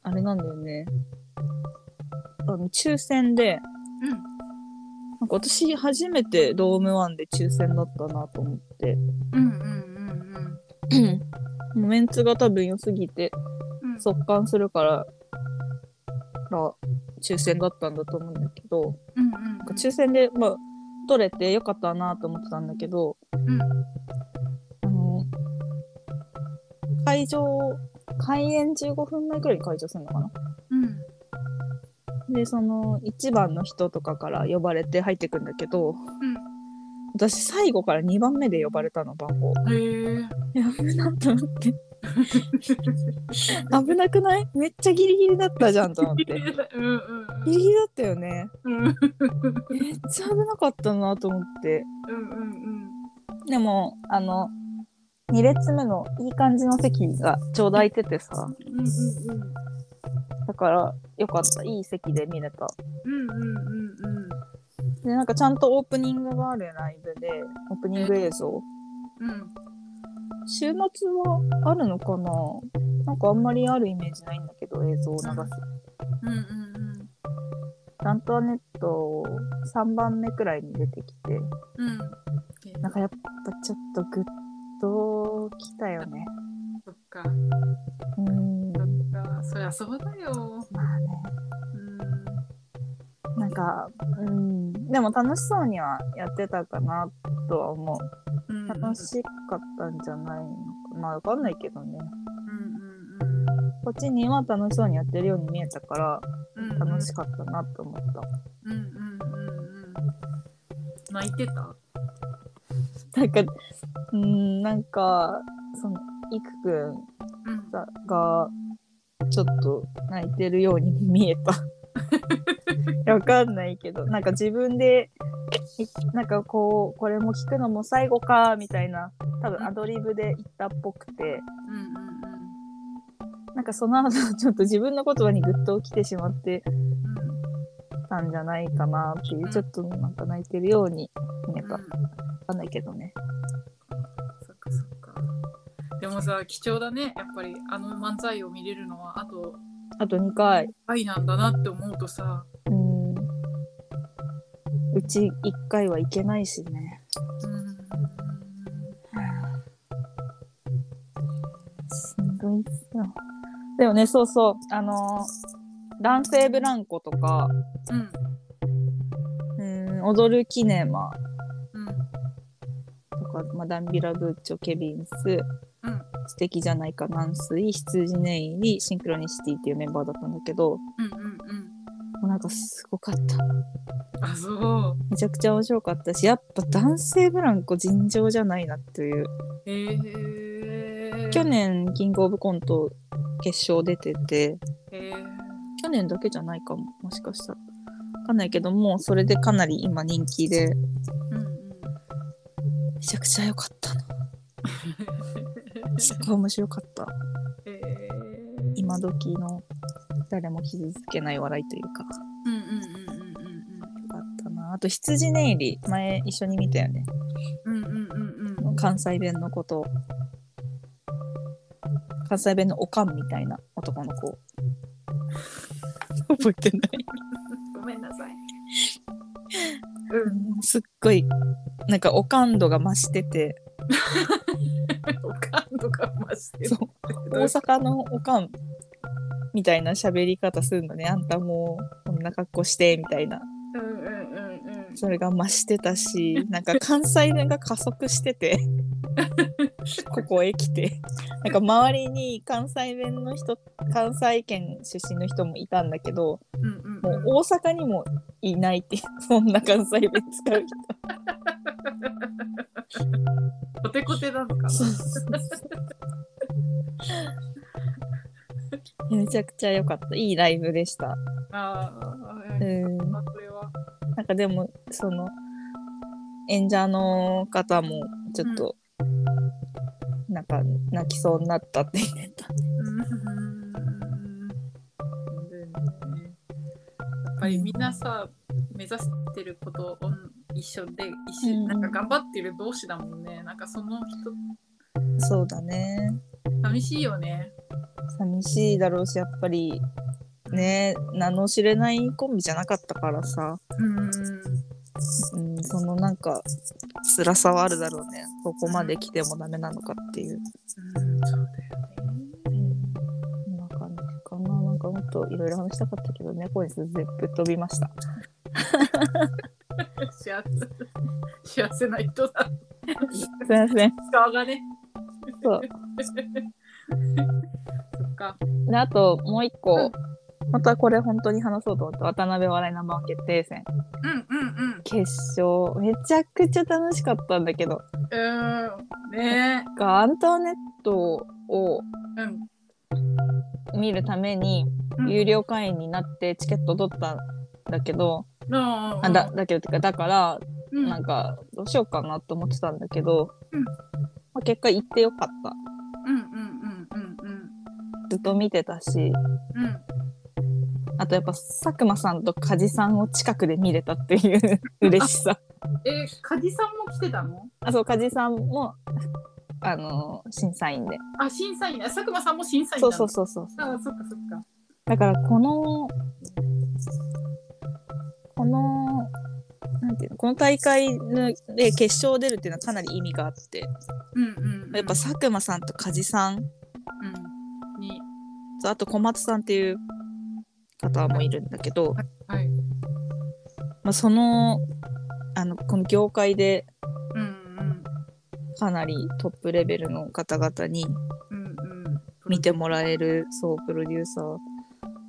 Speaker 1: あれなんだよね。あの、抽選で、
Speaker 2: うん。
Speaker 1: なんか私初めてドームワンで抽選だったなと思って、
Speaker 2: うんうんうん
Speaker 1: もうメンツが多分良すぎて、
Speaker 2: うん。うん。
Speaker 1: 速乾するから、ら抽選だったんだと思うんだけど、
Speaker 2: うんうん。
Speaker 1: なんか抽選で、まあ、取れてよかったなと思ってたんだけど、
Speaker 2: うん
Speaker 1: あの会場開演15分前くらいに会場するのかな
Speaker 2: うん。
Speaker 1: でその1番の人とかから呼ばれて入ってくんだけど
Speaker 2: う
Speaker 1: 私最後から2番目で呼ばれたの番号
Speaker 2: ん。へえ。
Speaker 1: やぶなと思って危なくないめっちゃギリギリだったじゃんと思ってギ
Speaker 2: うんうん
Speaker 1: リギリだったよね
Speaker 2: うん。うん
Speaker 1: めっちゃ危なかったなと思って
Speaker 2: うんうん
Speaker 1: でも、あの、2列目のいい感じの席がちょうど空いててさ、
Speaker 2: うんうん
Speaker 1: だからよかった、いい席で見れた。
Speaker 2: うんうんうんうん
Speaker 1: で、なんかちゃんとオープニングがあるライブで、オープニング映像。
Speaker 2: うん
Speaker 1: 週末はあるのかななんかあんまりあるイメージないんだけど、映像を流す。
Speaker 2: うんうん
Speaker 1: アントワネット3番目くらいに出てきて、
Speaker 2: うんうん
Speaker 1: なんかやっぱちょっとグッときたよね。
Speaker 2: そっか
Speaker 1: うーん。
Speaker 2: そっかそりゃそうだよ
Speaker 1: まあね。
Speaker 2: うん
Speaker 1: なんか、うん、でも楽しそうにはやってたかなとは思う。
Speaker 2: うん
Speaker 1: 楽しかったんじゃないのかな、わかんないけどね。
Speaker 2: うんうん
Speaker 1: こっちには楽しそうにやってるように見えたから、
Speaker 2: うん
Speaker 1: 楽しかったなと思った。
Speaker 2: うんうんうんうん泣いてた
Speaker 1: なんか、うーん、なんか、その、いくくん
Speaker 2: うん
Speaker 1: さが、ちょっと泣いてるように見えた。いやわかんないけど、なんか自分で、いなんかこう、これも聞くのも最後か、みたいな、多分アドリブで言ったっぽくて、
Speaker 2: うんうん
Speaker 1: なんかその後、ちょっと自分の言葉にぐっと起きてしまって
Speaker 2: うんうん
Speaker 1: たんじゃないかなっていう、ちょっとなんか泣いてるように見えた。わ
Speaker 2: うん
Speaker 1: かんないけどね。
Speaker 2: そっかそっかでもさ貴重だねやっぱりあの漫才を見れるのはあと
Speaker 1: あと2回。
Speaker 2: 愛なんだなって思うとさ
Speaker 1: うーん。うち1回はいけないしね。
Speaker 2: うん
Speaker 1: すごいっすよ。でもね、そうそう。あのー男性ブランコとか、
Speaker 2: うん
Speaker 1: うーん、踊るキネマ
Speaker 2: うん
Speaker 1: とか、マダンビラブッチョ、ケビンス、
Speaker 2: うん
Speaker 1: 素敵じゃないか、軟水、羊ネイにシンクロニシティっていうメンバーだったんだけど、も
Speaker 2: うんうんうん
Speaker 1: うなんかすごかった。
Speaker 2: あそう
Speaker 1: めちゃくちゃ面白かったし、やっぱ男性ブランコ尋常じゃないなっていう。
Speaker 2: へえ
Speaker 1: 去年、キングオブコント決勝出てて、
Speaker 2: へー
Speaker 1: 去年だけじゃないかも、もしかしたら。わかんないけど、もうそれでかなり今人気で、
Speaker 2: うんうん
Speaker 1: めちゃくちゃ良か ったな。すごい面白かった。
Speaker 2: え
Speaker 1: 今時の誰も傷つけない笑いというか、
Speaker 2: うんうんうんうん
Speaker 1: 良かったな。あと、羊ネイリ、前一緒に見たよね。
Speaker 2: うんうんうんうんうん
Speaker 1: 関西弁のことを。関西弁のおかんみたいな男の子。覚えてない。
Speaker 2: ごめんな さいうん
Speaker 1: すっごい、なんかおかん度が増してて、
Speaker 2: おかんとかましてる
Speaker 1: そう大阪のおかんみたいな喋り方するのねあんたもうこんな格好してみたいな
Speaker 2: うんうんうんうん
Speaker 1: それが増してたしなんか関西弁が加速しててここへ来てなんか周りに関西弁の人関西圏出身の人もいたんだけど
Speaker 2: うんうん
Speaker 1: もう
Speaker 2: うん
Speaker 1: 大阪にもいないっていうそんな関西弁使う
Speaker 2: コテコテなのかな
Speaker 1: 人いやめちゃくちゃ良かったいいライブでした。
Speaker 2: あ
Speaker 1: う
Speaker 2: ー
Speaker 1: ん
Speaker 2: あこれは
Speaker 1: なんかでもその演者の方もちょっと、なんか泣きそうになったって言って た。
Speaker 2: うんうんやっぱりみんなさ目指してることを一緒で一
Speaker 1: うん
Speaker 2: 緒なんか頑張ってる同士だもんねなんかその人
Speaker 1: そうだね。
Speaker 2: 寂しいよね
Speaker 1: 寂しいだろうしやっぱりね名の知れないコンビじゃなかったからさ、
Speaker 2: うん
Speaker 1: うん、そのなんか辛さはあるだろうねここまで来てもダメなのかっていう。
Speaker 2: うんそ
Speaker 1: う
Speaker 2: うだよね。
Speaker 1: んこんな感じかななんかもっといろいろ話したかったけど猫にすずぶっ飛びました。
Speaker 2: 幸せ、幸せな人だ。
Speaker 1: すいません。
Speaker 2: 顔がね。
Speaker 1: そう
Speaker 2: そっか。
Speaker 1: であともう一個、
Speaker 2: うん
Speaker 1: またこれ本当に話そうと思って渡辺笑いナンバーワン決定戦
Speaker 2: うんうんうん。
Speaker 1: 決勝めちゃくちゃ楽しかったんだけど
Speaker 2: うーん。ね
Speaker 1: がアントワネットを
Speaker 2: え。うん。
Speaker 1: 見るために
Speaker 2: うん
Speaker 1: 有料会員になってチケット取ったんだけど、
Speaker 2: の
Speaker 1: あだだけどっていうかだから
Speaker 2: うん。
Speaker 1: なんかどうしようかなと思ってたんだけど、
Speaker 2: うん
Speaker 1: まあ、結果行ってよかった
Speaker 2: うんうんうんうんうん。
Speaker 1: ずっと見てたし
Speaker 2: うん。
Speaker 1: あとやっぱ佐久間さんと梶さんを近くで見れたっていう 嬉しさ
Speaker 2: え、カジさんも来てたの
Speaker 1: あ、そう、梶さんも、あのー審査員で。
Speaker 2: あ、審査員だ。佐久間さんも審査員
Speaker 1: そ
Speaker 2: な
Speaker 1: う
Speaker 2: の
Speaker 1: そうそうそう。
Speaker 2: あ、そっかそっか。
Speaker 1: だから、この、この、なんていうの、この大会ので決勝出るっていうのはかなり意味があって、
Speaker 2: うんうんうん。
Speaker 1: やっぱ佐久間さんと梶さん、
Speaker 2: うん。に。
Speaker 1: あと小松さんっていう方もいるんだけど、
Speaker 2: はい。
Speaker 1: まあ、その、あの、この業界で
Speaker 2: うんうん。
Speaker 1: かなりトップレベルの方々に
Speaker 2: うんうん。
Speaker 1: 見てもらえる、そう、プロデューサー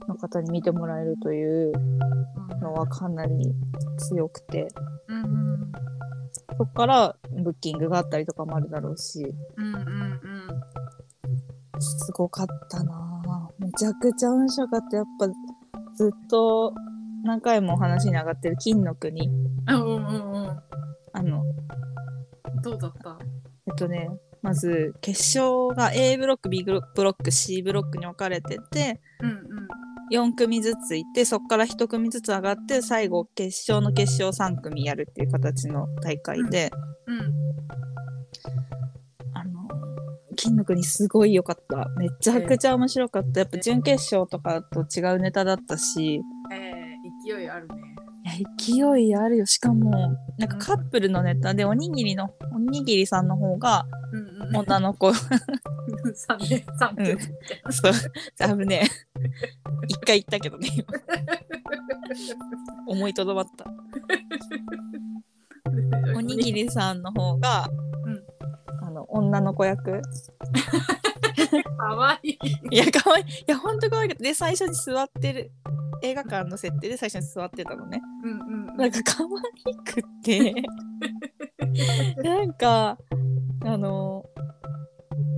Speaker 1: の方に見てもらえるという
Speaker 2: うん
Speaker 1: のはかなり強くて
Speaker 2: うんうん。
Speaker 1: そこからブッキングがあったりとかもあるだろうし
Speaker 2: うんうんうん。
Speaker 1: すごかったなぁめちゃくちゃ面白かったやっぱずっと何回もお話に上がってる金の国
Speaker 2: あうんうんう
Speaker 1: あの
Speaker 2: ん。どうだった
Speaker 1: えっとねまず決勝が A ブロック B ブロック C ブロックに分かれてて
Speaker 2: うんうん。
Speaker 1: 4組ずつ行ってそこから1組ずつ上がって最後決勝の決勝3組やるっていう形の大会で、
Speaker 2: うん。
Speaker 1: あの金の国すごい良かっためちゃくちゃ面白かったやっぱ準決勝とかと違うネタだったし
Speaker 2: えー、勢いあるね。
Speaker 1: いや勢いあるよしかもなんかカップルのネタでおにぎりのおにぎりさんの方が
Speaker 2: うんうん。
Speaker 1: 女の 子
Speaker 2: 三年三
Speaker 1: う
Speaker 2: 秒
Speaker 1: んそう危ねえ一回言ったけどね今思いとどまったおにぎりさんの方が、
Speaker 2: うん
Speaker 1: あの女の子役
Speaker 2: かわいい。
Speaker 1: いや可愛いいやほんと可愛かったで最初に座ってる映画館の設定で最初に座ってたのね
Speaker 2: うんうん。
Speaker 1: なんか可愛くてなんかあの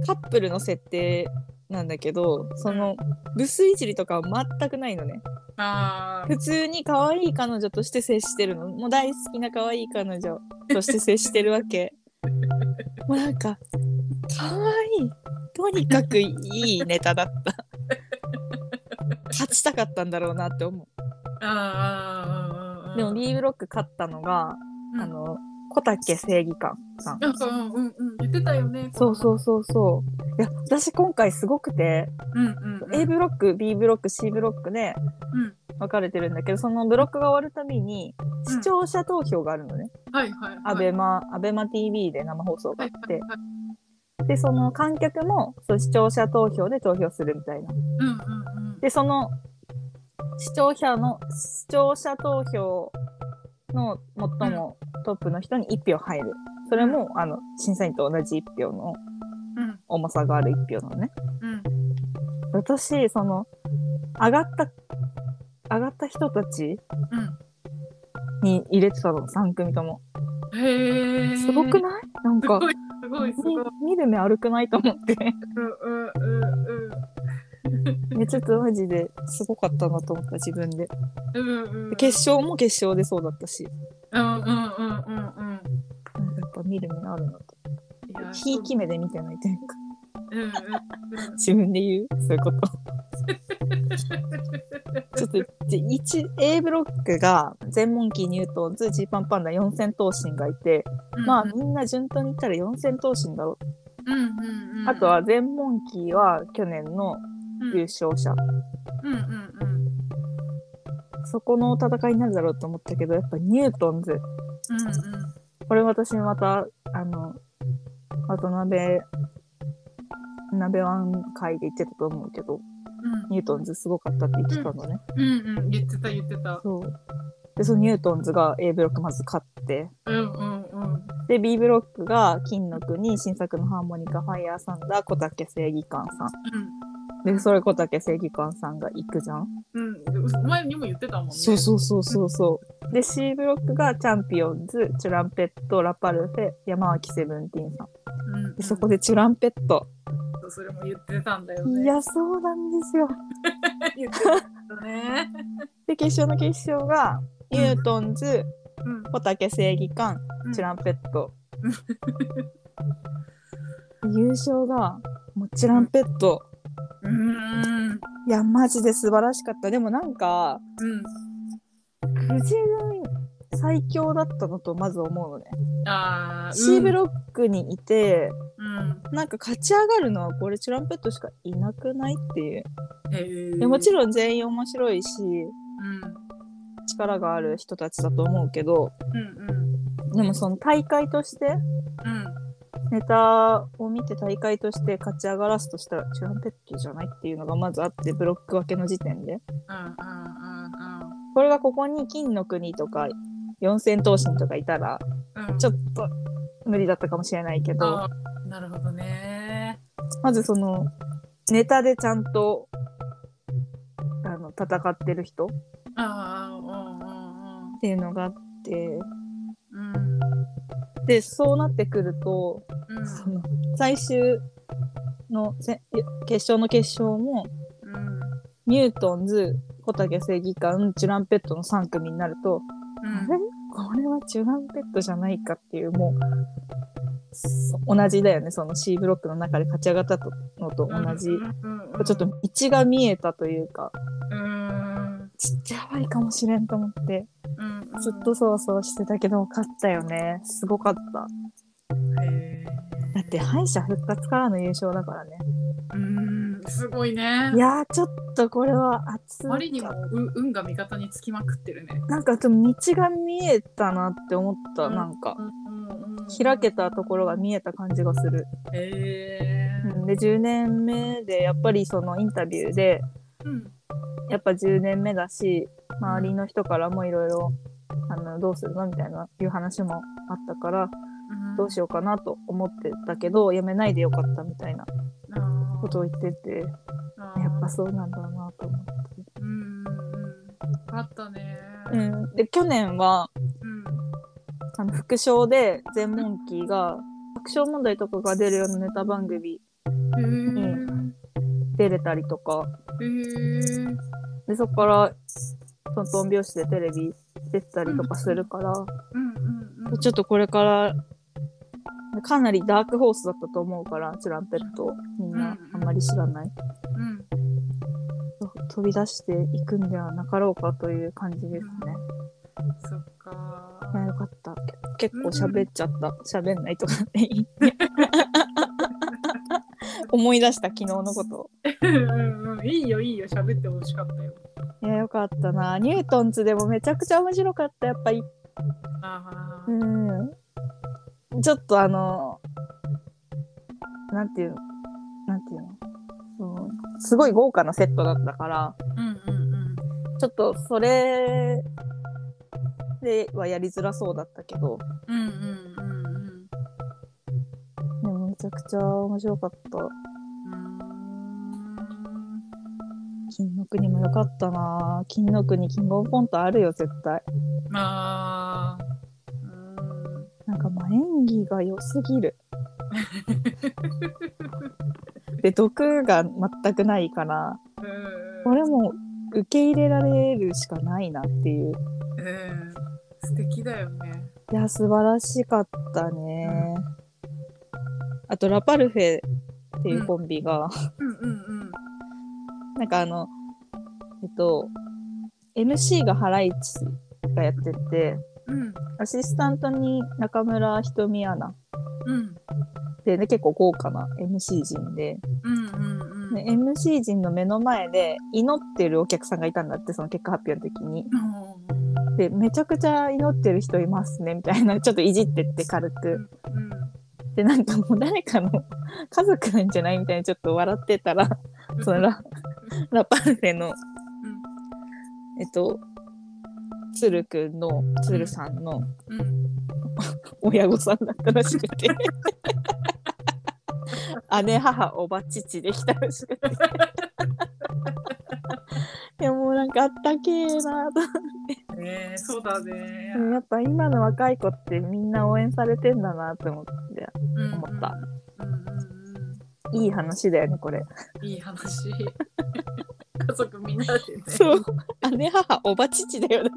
Speaker 1: カップルの設定なんだけどそのブスいじりとかは全くないのね
Speaker 2: あー
Speaker 1: 普通に可愛い彼女として接してるのもう大好きな可愛い彼女として接してるわけもうなんか可愛いとにかくいいネタだった勝ちたかったんだろうなって思
Speaker 2: あーあーあーあー
Speaker 1: うでも B ブロック勝ったのが、
Speaker 2: うん
Speaker 1: あの小竹正義感さん
Speaker 2: なんかうんうんうん言ってたよね
Speaker 1: そうそうそうそういや私今回すごくて、
Speaker 2: うんうんうん
Speaker 1: A ブロック B ブロック C ブロックで
Speaker 2: うん
Speaker 1: 分かれてるんだけどそのブロックが終わるたびに
Speaker 2: うん
Speaker 1: 視聴者投票があるのね、
Speaker 2: はいはいはい
Speaker 1: アベマアベマ t v で生放送があ
Speaker 2: は
Speaker 1: っ
Speaker 2: い
Speaker 1: て、
Speaker 2: はいはい
Speaker 1: でその観客もそう視聴者投票で投票するみたいな
Speaker 2: うんうんうん
Speaker 1: でその視聴者の視聴者投票の最もトップの人に1票入るそれもあの審査員と同じ1票の
Speaker 2: うん
Speaker 1: 重さがある1票なのね
Speaker 2: うん
Speaker 1: 私その上がった上がった人たちに入れてたの3組とも
Speaker 2: うんへえ
Speaker 1: すごくないなん
Speaker 2: す
Speaker 1: か
Speaker 2: ごいすごいすごい
Speaker 1: み見る目悪くないと思って
Speaker 2: うんうんうんうん
Speaker 1: ねちょっとマジですごかったなと思った自分で
Speaker 2: うんうん
Speaker 1: 決勝も決勝でそうだったしや
Speaker 2: うんうんうんうんうん
Speaker 1: っぱ見る目あるなと
Speaker 2: いや
Speaker 1: ひいき目で見てないというか
Speaker 2: うんうんうん
Speaker 1: 自分で言うそういうこと ちょっとじゃ一 A ブロックが全問キーニュートンズジーパンパンダ四千頭身がいてまあみんな順当に言ったら四千頭身だろう
Speaker 2: うんうんうん
Speaker 1: あとは全問キーは去年の
Speaker 2: うん
Speaker 1: 優勝者、
Speaker 2: うんうんうん
Speaker 1: そこの戦いになるだろうと思ったけどやっぱニュートンズ
Speaker 2: うんうん
Speaker 1: これ私またあの渡辺鍋ワン会で言ってたと思うけどニュートンズすごかったって言ってたのね、
Speaker 2: うんうんうん言ってた言ってた
Speaker 1: そうでそのニュートンズが A ブロックまず勝って
Speaker 2: うんうんうん
Speaker 1: で B ブロックが金の国新作のハーモニカファイヤーサンダー小竹正義感さんでそれ小竹正義感さんが行くじゃん
Speaker 2: うんうん前にも言ってたもんね
Speaker 1: そうそうそうそうそう。で、C ブロックがチャンピオンズ、チュランペット、ラパルフェ、山脇セブンティーンさん。
Speaker 2: うんうん
Speaker 1: で、そこでチュランペット。
Speaker 2: それも言ってたんだよ
Speaker 1: い
Speaker 2: ね。
Speaker 1: や、そうなんですよ。
Speaker 2: 言ってたね。
Speaker 1: で、決勝の決勝が、
Speaker 2: うん
Speaker 1: ニュートンズ、
Speaker 2: うん
Speaker 1: 小竹正義感、チュランペッ ト。優勝が、もうチュランペット。
Speaker 2: うん。うん。
Speaker 1: いや、マジで素晴らしかった。でもなんか、くじ運最強だったのとまず思うのね。
Speaker 2: ああ。
Speaker 1: C ブロ
Speaker 2: ロ。
Speaker 1: ックにいて、
Speaker 2: うん。
Speaker 1: なんか勝ち上がるのはこれチュランペットしかいなくないっていう。
Speaker 2: へ
Speaker 1: でもち
Speaker 2: ろん。
Speaker 1: ろん全員面白いし
Speaker 2: うん。
Speaker 1: 力がある人たちだと思うけど
Speaker 2: うんうん。
Speaker 1: でもその大会として
Speaker 2: うん。
Speaker 1: ネタを見て大会として勝ち上がらすとしたらチュランペットじゃないっていうのがまずあってブロック分けの時点で
Speaker 2: うんうん
Speaker 1: これがここに金の国とか四千頭身とかいたら
Speaker 2: うんうん。
Speaker 1: ちょ
Speaker 2: っ
Speaker 1: っと無理だったかもしれないけど
Speaker 2: と。なるほどね。
Speaker 1: まずそのネタでちゃんとあの戦ってる人っ
Speaker 2: ああ。うん
Speaker 1: ていうのがあって
Speaker 2: うんうん。うん。
Speaker 1: でそうなってくると
Speaker 2: うん
Speaker 1: その最終のせ決勝の決勝も
Speaker 2: うん
Speaker 1: ニュートンズ小竹正義感チュランペットの3組になると、
Speaker 2: う
Speaker 1: あ
Speaker 2: ん
Speaker 1: れこれはチュランペットじゃないかっていうもうそ同じだよねその C ブロックの中で勝ち上がったのと同じ、
Speaker 2: うんうん
Speaker 1: ちょっと道が見えたというか
Speaker 2: うん
Speaker 1: ちっちゃいかもしれんと思って
Speaker 2: うん
Speaker 1: ずっとそわそわしてたけど勝ったよねすごかった
Speaker 2: へー
Speaker 1: だって敗者復活からの優勝だからね
Speaker 2: うんすごいね
Speaker 1: いやーちょっとこれは熱い
Speaker 2: あまりにもう運が味方につきまくってるね
Speaker 1: なんかでも道が見えたなって思った、
Speaker 2: うん
Speaker 1: なんか
Speaker 2: うんうん
Speaker 1: 開けたところが見えた感じがする、
Speaker 2: へー
Speaker 1: うんで10年目でやっぱりそのインタビューで
Speaker 2: うん
Speaker 1: やっぱ10年目だし周りの人からもいろいろあのどうするのみたいないう話もあったからどうしようかなと思ってたけどやめないでよかったみたいな
Speaker 2: うんあー
Speaker 1: ことを言ってて
Speaker 2: あー
Speaker 1: やっぱそうなんだなと思って、
Speaker 2: うんうんうんあったね
Speaker 1: うん、で去年は
Speaker 2: うん
Speaker 1: あの副賞で全問記が爆笑問題とかが出るようなネタ番組
Speaker 2: へ
Speaker 1: 出れたりとか
Speaker 2: ーへー
Speaker 1: でそこからトントン拍子でテレビ出てたりとかするから、
Speaker 2: うんうんうん
Speaker 1: ちょっとこれからかなりダークホースだったと思うからチュランペットみんなあんまり知らない、
Speaker 2: うん
Speaker 1: 飛び出していくんではなかろうかという感じですね、
Speaker 2: そっか
Speaker 1: いやよかった結構喋っちゃった喋、んないとかね 思い出した昨日のこと
Speaker 2: うんうんいいよいいよ喋ってほしかったよ
Speaker 1: いや、よかったな。ニュートンズでもめちゃくちゃ面白かった、やっぱり。
Speaker 2: あー
Speaker 1: うん。ちょっとあの、なんていうの、なんていうの、そのすごい豪華なセットだったから、
Speaker 2: うんうんうん
Speaker 1: ちょっとそれではやりづらそうだったけど、
Speaker 2: うんうんうん
Speaker 1: でもめちゃくちゃ面白かった。
Speaker 2: うん
Speaker 1: 金の国もよかったな。金の国、キングオブコントあるよ、絶対。
Speaker 2: まあうん
Speaker 1: なんかまあ演技が良すぎ る。で、毒が全くないから、
Speaker 2: うん
Speaker 1: これもう受け入れられるしかないなっていう。
Speaker 2: うん素敵だよね
Speaker 1: いや、素晴らしかったね。あと、ラパルフェっていうコンビが、
Speaker 2: うんうんうん
Speaker 1: なんかあの、えっと、MC がハライチがやってて、
Speaker 2: うん
Speaker 1: アシスタントに中村ひとみアナ
Speaker 2: うん
Speaker 1: で、ね、結構豪華な MC 陣で
Speaker 2: うんうんうん
Speaker 1: で、MC 陣の目の前で祈ってるお客さんがいたんだって、その結果発表の時に。
Speaker 2: うん
Speaker 1: で、めちゃくちゃ祈ってる人いますね、みたいな、ち ょっといじってって軽く。
Speaker 2: うん
Speaker 1: でなんかもう誰かの 家族なんじゃないみたいにちょっと笑ってたらそのララパルフェの、えっと鶴くんの鶴さんの
Speaker 2: うん
Speaker 1: 親御さんだったらしくて 姉母おば父できたらしくていやもうなんかあったけえな と
Speaker 2: ねえそうだね
Speaker 1: やっぱ今の若い子ってみんな応援されてんだなと思って
Speaker 2: うん
Speaker 1: 思った
Speaker 2: うんうんうん
Speaker 1: いい話だよねこれ
Speaker 2: うんいい話家族みんなでね
Speaker 1: そう姉母おば父だよね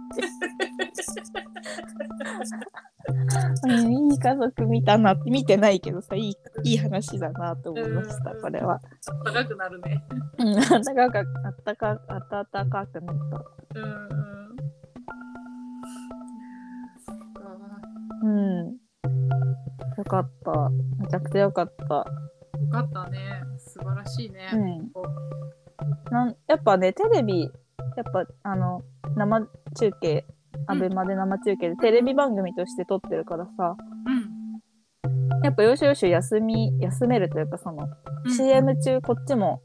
Speaker 1: うんいい家族見たな見てないけどさいいいい話だなと思いました
Speaker 2: うん
Speaker 1: これは。
Speaker 2: 高くなるね
Speaker 1: うん、あったかくあったかあたたかくなった。
Speaker 2: うんうんそっか
Speaker 1: うん。よかった。めちゃくちゃよかった。
Speaker 2: よかったね素晴らしいね
Speaker 1: うん。なんやっぱねテレビやっぱあの生中継アベマで生中継でテレビ番組として撮ってるからさ
Speaker 2: うん
Speaker 1: やっぱよしよし休み休めるというかその
Speaker 2: うん
Speaker 1: CM 中こっちも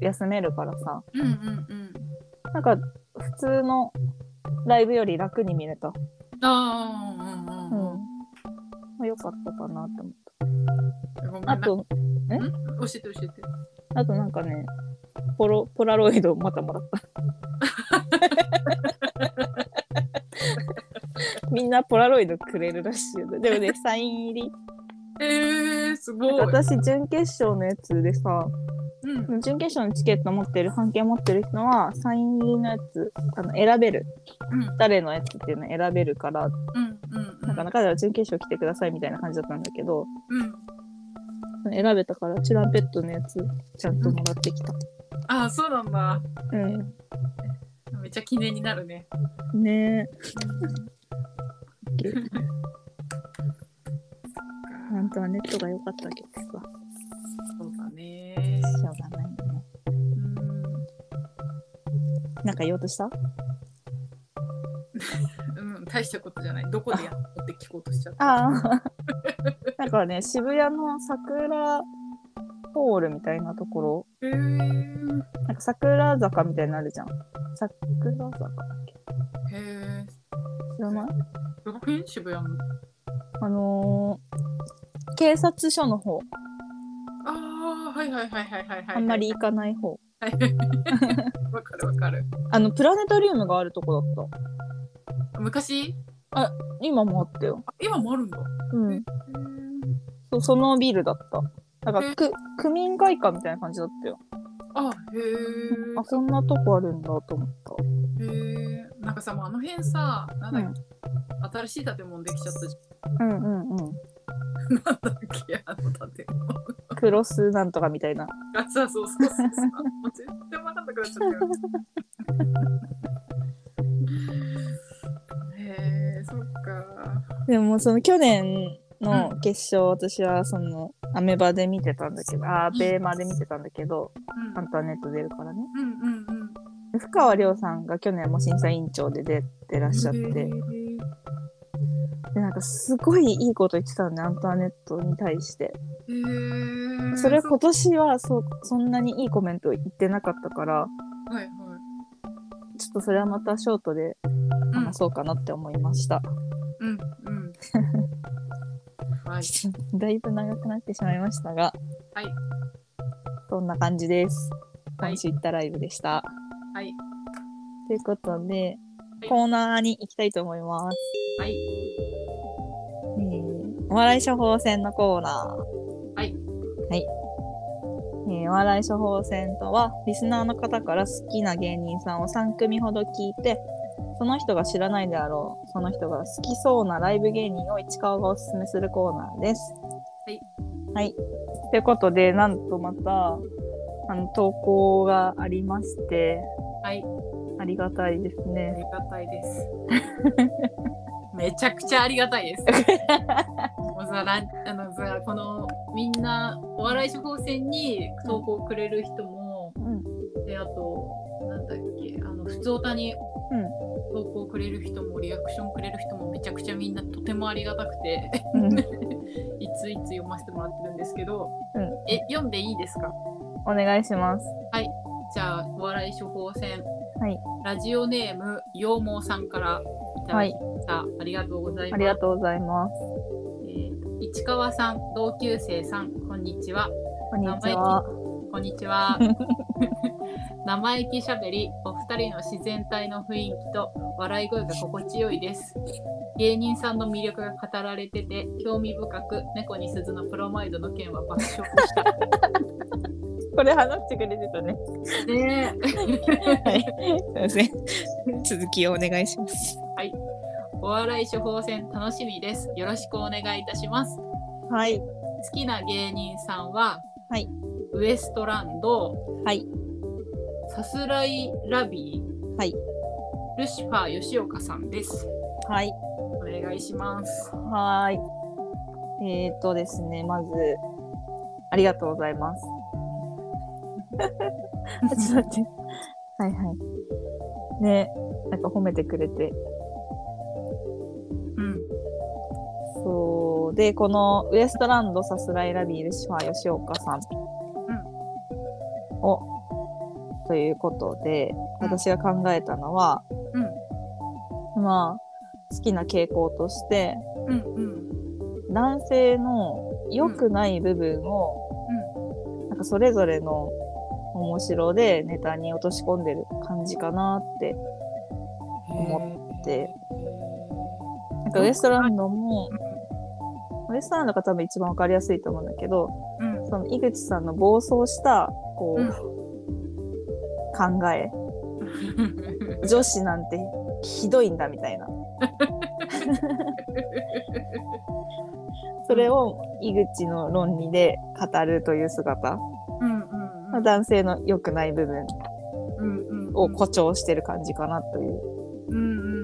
Speaker 1: 休めるからさ
Speaker 2: うんうんうん
Speaker 1: なんか普通のライブより楽に見れた。
Speaker 2: ああうんうんうん
Speaker 1: うん。よかったかなって思っ
Speaker 2: ごめん
Speaker 1: た。あ
Speaker 2: な
Speaker 1: と、
Speaker 2: ん教えて教えて
Speaker 1: あとなんかね、ポロ、ポラロイ ドまたもらった。みんなポラロイドくれるらしいよねで もねサイン入り
Speaker 2: えー、すごい。
Speaker 1: 私準決勝のやつでさ
Speaker 2: うん、
Speaker 1: 準決勝のチケット持ってる半券持ってる人はサイン入りのやつあの選べる
Speaker 2: うん、
Speaker 1: 誰のやつっていうの選べるから
Speaker 2: うん、うん、
Speaker 1: なんか中では準決勝来てくださいみたいな感じだったんだけど
Speaker 2: うん。
Speaker 1: 選べたからチュランペットのやつちゃんともらってきた
Speaker 2: あ、そうなんだ。
Speaker 1: うん、
Speaker 2: めっちゃ記念になるね。
Speaker 1: ねえ本当はネットが良かったけどさ
Speaker 2: そうだね。
Speaker 1: しょうがないよね
Speaker 2: う
Speaker 1: なんか言おうとした
Speaker 2: ん、うん、大したことじゃない。どこでやったって聞こうとしちゃった。
Speaker 1: ああ。 なんかね、渋谷の桜ホールみたいなところ、
Speaker 2: へえー、
Speaker 1: なんか桜坂みたいになのあるじゃん。桜坂だっけ
Speaker 2: へえー、
Speaker 1: 知らない
Speaker 2: どの辺渋谷の。
Speaker 1: あのー、警察署の方、
Speaker 2: ああ、はいはいはいはいはいはい。
Speaker 1: あんまり行かない方。
Speaker 2: はい。わかるわかる。
Speaker 1: あの、プラネタリウムがあるとこだった。
Speaker 2: 昔
Speaker 1: 今もあったよ。
Speaker 2: あ今もあるんだ。
Speaker 1: うん。そうそのビルだった。なんか、く、区民会館みたいな感じだったよ。
Speaker 2: あ、へえ。
Speaker 1: あ、こんなとこあるんだと思った。
Speaker 2: へえ。なんかさ、もうあの辺さ、なんだっけ、新しい建物できちゃったじ
Speaker 1: うんうんうん。
Speaker 2: ゃん。なんだっけ、あの建物。
Speaker 1: クロスなんとかみたいな。
Speaker 2: あ、そうそうそうそうそう。もう全然わかんなくなっちゃったよ。へえ、そっか。
Speaker 1: でもその去年の決勝、私はそのアメバで見てたんだけど、あーベーマで見てたんだけど、
Speaker 2: うん
Speaker 1: あんたはネット出るからね。
Speaker 2: うんうんうん。
Speaker 1: で深川亮さんが去年も審査委員長で出てらっしゃって、
Speaker 2: へ
Speaker 1: で
Speaker 2: ー
Speaker 1: なんかすごいいいこと言ってたのね、アントワネットに対して。
Speaker 2: へー
Speaker 1: それ
Speaker 2: そ
Speaker 1: 今年はそそんなにいいコメント言ってなかったから、
Speaker 2: はいはい。
Speaker 1: ちょっとそれはまたショートで
Speaker 2: うん
Speaker 1: 話そうかなって思いました。
Speaker 2: うん うん。はい。
Speaker 1: だいぶ長くなってしまいましたが、
Speaker 2: はい。
Speaker 1: そんな感じです。
Speaker 2: はい
Speaker 1: 今週行ったライブでした。
Speaker 2: はい。
Speaker 1: ということで、
Speaker 2: はい
Speaker 1: コーナーに行きたいと思います。
Speaker 2: はい。
Speaker 1: えーお笑い処方箋のコーナー。
Speaker 2: はい。
Speaker 1: はい。えーお笑い処方箋とは、リスナーの方から好きな芸人さんを3組ほど聞いて、その人が知らないであろう、その人が好きそうなライブ芸人を市川がおすすめするコーナーです。は
Speaker 2: はい。
Speaker 1: い。ということで、なんとまた、あの、投稿がありまして、
Speaker 2: はい。
Speaker 1: ありがたいですね。
Speaker 2: ありがたいです。めちゃくちゃありがたいです。もうさランあのさこのみんなお笑い処方箋に投稿くれる人も、
Speaker 1: うん
Speaker 2: であとなんだっけあの普通歌に
Speaker 1: うん
Speaker 2: 投稿くれる人もリアクションくれる人もめちゃくちゃみんなとてもありがたくて
Speaker 1: うん
Speaker 2: いついつ読ませてもらってるんですけど、
Speaker 1: うん
Speaker 2: え読んでいいですか
Speaker 1: お願いします。
Speaker 2: じゃあお笑い処方箋、
Speaker 1: はい
Speaker 2: ラジオネーム羊毛さんからいただきました、ありがとうござい
Speaker 1: あ
Speaker 2: ます
Speaker 1: りがとうございます。
Speaker 2: えー市川さん同級生さんこんにちは
Speaker 1: こんにちは。
Speaker 2: こんにちは生意気しゃべりお二人の自然体の雰囲気と笑い声が心地よいです芸人さんの魅力が語られてて興味深く猫に鈴のプロマイドの件は爆笑でし
Speaker 1: これ話してくれてたね。
Speaker 2: たね
Speaker 1: はい。すいません。続きをお願いします。
Speaker 2: お笑い処方箋楽しみですよろしくお願いいたします
Speaker 1: はい。
Speaker 2: 好きな芸人さんは、
Speaker 1: はい
Speaker 2: ウエストランド、
Speaker 1: はい
Speaker 2: さすらいラビー、
Speaker 1: はい
Speaker 2: ルシファー吉岡さんです。
Speaker 1: はい。
Speaker 2: お願いします。
Speaker 1: はーい。えー、っとですね、まず、ありがとうございます。 あちょっと待って。はいはい。ね、なんか褒めてくれて。
Speaker 2: うん、
Speaker 1: そう。で、このウエストランドさすらいラビールシファー吉岡さんを、ということで、
Speaker 2: うん
Speaker 1: 私が考えたのは、
Speaker 2: うん、
Speaker 1: まあ、好きな傾向として、
Speaker 2: うん、うん、
Speaker 1: 男性の良くない部分を、なんかそれぞれの面白でネタに落とし込んでる感じかなって
Speaker 2: うん。
Speaker 1: 思ってなんかウエストランドも、ウエストランドが多分一番わかりやすいと思うんだけど、
Speaker 2: うん
Speaker 1: その井口さんの暴走した、こう、
Speaker 2: うん
Speaker 1: 考え、女子なんてひどいんだみたいな。それを井口の論理で語るという姿、
Speaker 2: うんうん
Speaker 1: まあ男性の良くない部分
Speaker 2: うんうんうん
Speaker 1: を誇張してる感じかなという。
Speaker 2: うんうんうん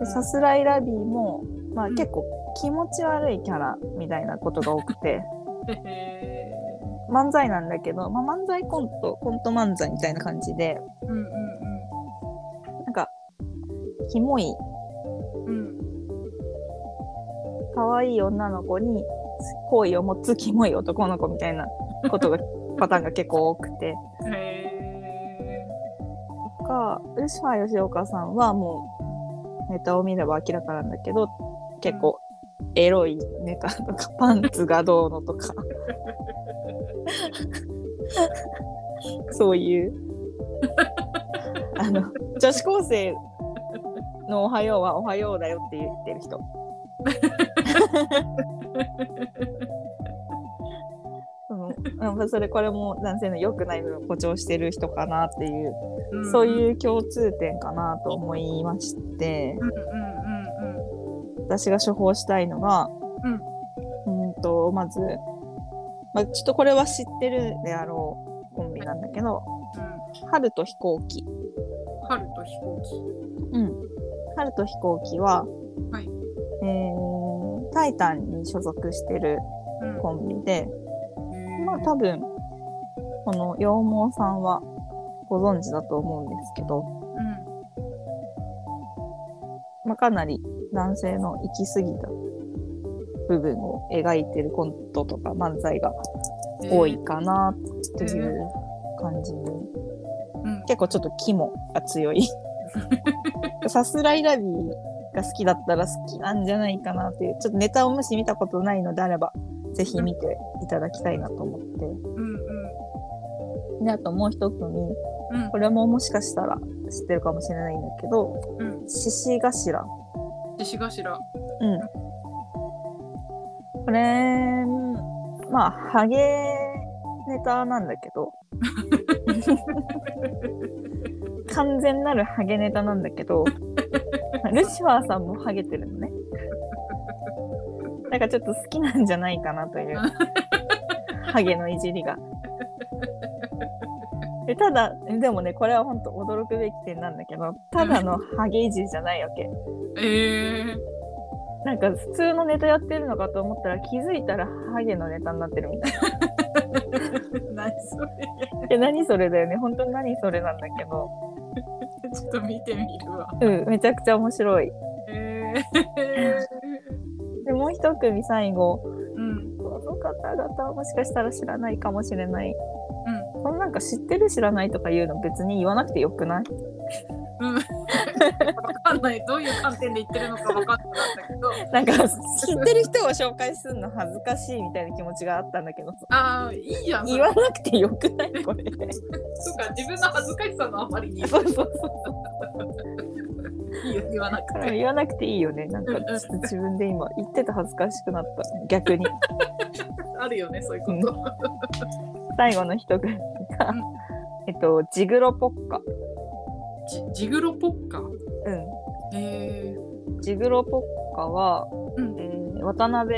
Speaker 1: でさすらいラビーも、まあ、
Speaker 2: うん
Speaker 1: 結構気持ち悪いキャラみたいなことが多くて
Speaker 2: へ
Speaker 1: 漫才なんだけど、まあ、漫才コントコント漫才みたいな感じで
Speaker 2: ーうんうん
Speaker 1: なんかキモい
Speaker 2: うんうん
Speaker 1: 可愛い女の子に好意を持つキモい男の子みたいなことがパターンが結構多くて
Speaker 2: へ
Speaker 1: とかウシファー吉岡さんはもうネタを見れば明らかなんだけど結構エロいネタとかパンツがどうのとかそういうあの女子高生の「おはよう」は「おはようだよ」って言ってる人そのうんそれこれも男性の良くない部分を誇張してる人かなっていう
Speaker 2: ー
Speaker 1: そう
Speaker 2: う
Speaker 1: いう共通点かなと思いまして、
Speaker 2: んうんうん
Speaker 1: 私が処方したいのが、うん、と、まず、まあ、ちょっとこれは知ってるであろうコンビなんだけど、
Speaker 2: う
Speaker 1: 春と飛行機。
Speaker 2: ん春と飛行機
Speaker 1: うん。春と飛行機は、
Speaker 2: はい
Speaker 1: えータイタンに所属してる
Speaker 2: うん
Speaker 1: コンビで、
Speaker 2: へー
Speaker 1: まあ多分、この羊毛さんはご存知だと思うんですけど、
Speaker 2: うん
Speaker 1: まあ、かなり男性の行き過ぎた部分を描いてるコントとか漫才が多いかなっていう感じで、
Speaker 2: うん
Speaker 1: 結構ちょっと肝が強いさすらいラビーが好きだったら好きなんじゃないかなっていうちょっとネタをもし見たことないのであればぜひ見ていただきたいなと思って
Speaker 2: うんうん
Speaker 1: であともう一組
Speaker 2: うん
Speaker 1: これももしかしたら知ってるかもしれないんだけど
Speaker 2: うん
Speaker 1: 獅子頭
Speaker 2: 獅子頭
Speaker 1: うん。これ、まあ、ハゲネタなんだけど、完全なるハゲネタなんだけど、ルシファーさんもハゲてるのね。なんかちょっと好きなんじゃないかなという、ハゲのいじりが。でただ、でもね、これは本当驚くべき点なんだけど、ただのハゲいじりじゃないわけ。
Speaker 2: えー
Speaker 1: なんか普通のネタやってるのかと思ったら気づいたらハゲのネタになってるみたい
Speaker 2: 何それ
Speaker 1: な。 で何それだよね。本当に何それなんだけど。
Speaker 2: ちょっと見てみるわ
Speaker 1: うん、めちゃくちゃ面白い。
Speaker 2: えー
Speaker 1: で、もう一組最後。
Speaker 2: うん
Speaker 1: この方々はもしかしたら知らないかもしれない。
Speaker 2: うん
Speaker 1: このなんか知ってる知らないとか言うの別に言わなくてよくない
Speaker 2: うん、 わかんないどういう観点で言ってるのかわかんなかったけど
Speaker 1: なんか知ってる人を紹介するの恥ずかしいみたいな気持ちがあったんだけどさ。
Speaker 2: ああいいじゃんそ
Speaker 1: 言
Speaker 2: れ
Speaker 1: わなくてよく ないこれ。
Speaker 2: そうか自分の恥ずかしさのあまりにいい
Speaker 1: そうそうそう。
Speaker 2: よ言わなくて
Speaker 1: 言わなくていいよね。なんか
Speaker 2: うんうん
Speaker 1: ちょっと自分で今言ってて恥ずかしくなった。逆に。
Speaker 2: あるよねそういうこと
Speaker 1: 最後の一組が
Speaker 2: うん、
Speaker 1: えっと、ジグロポッカ。
Speaker 2: ジジグロポッカ
Speaker 1: う
Speaker 2: へえ
Speaker 1: ん。ジグロポッカは、
Speaker 2: うん
Speaker 1: えー渡辺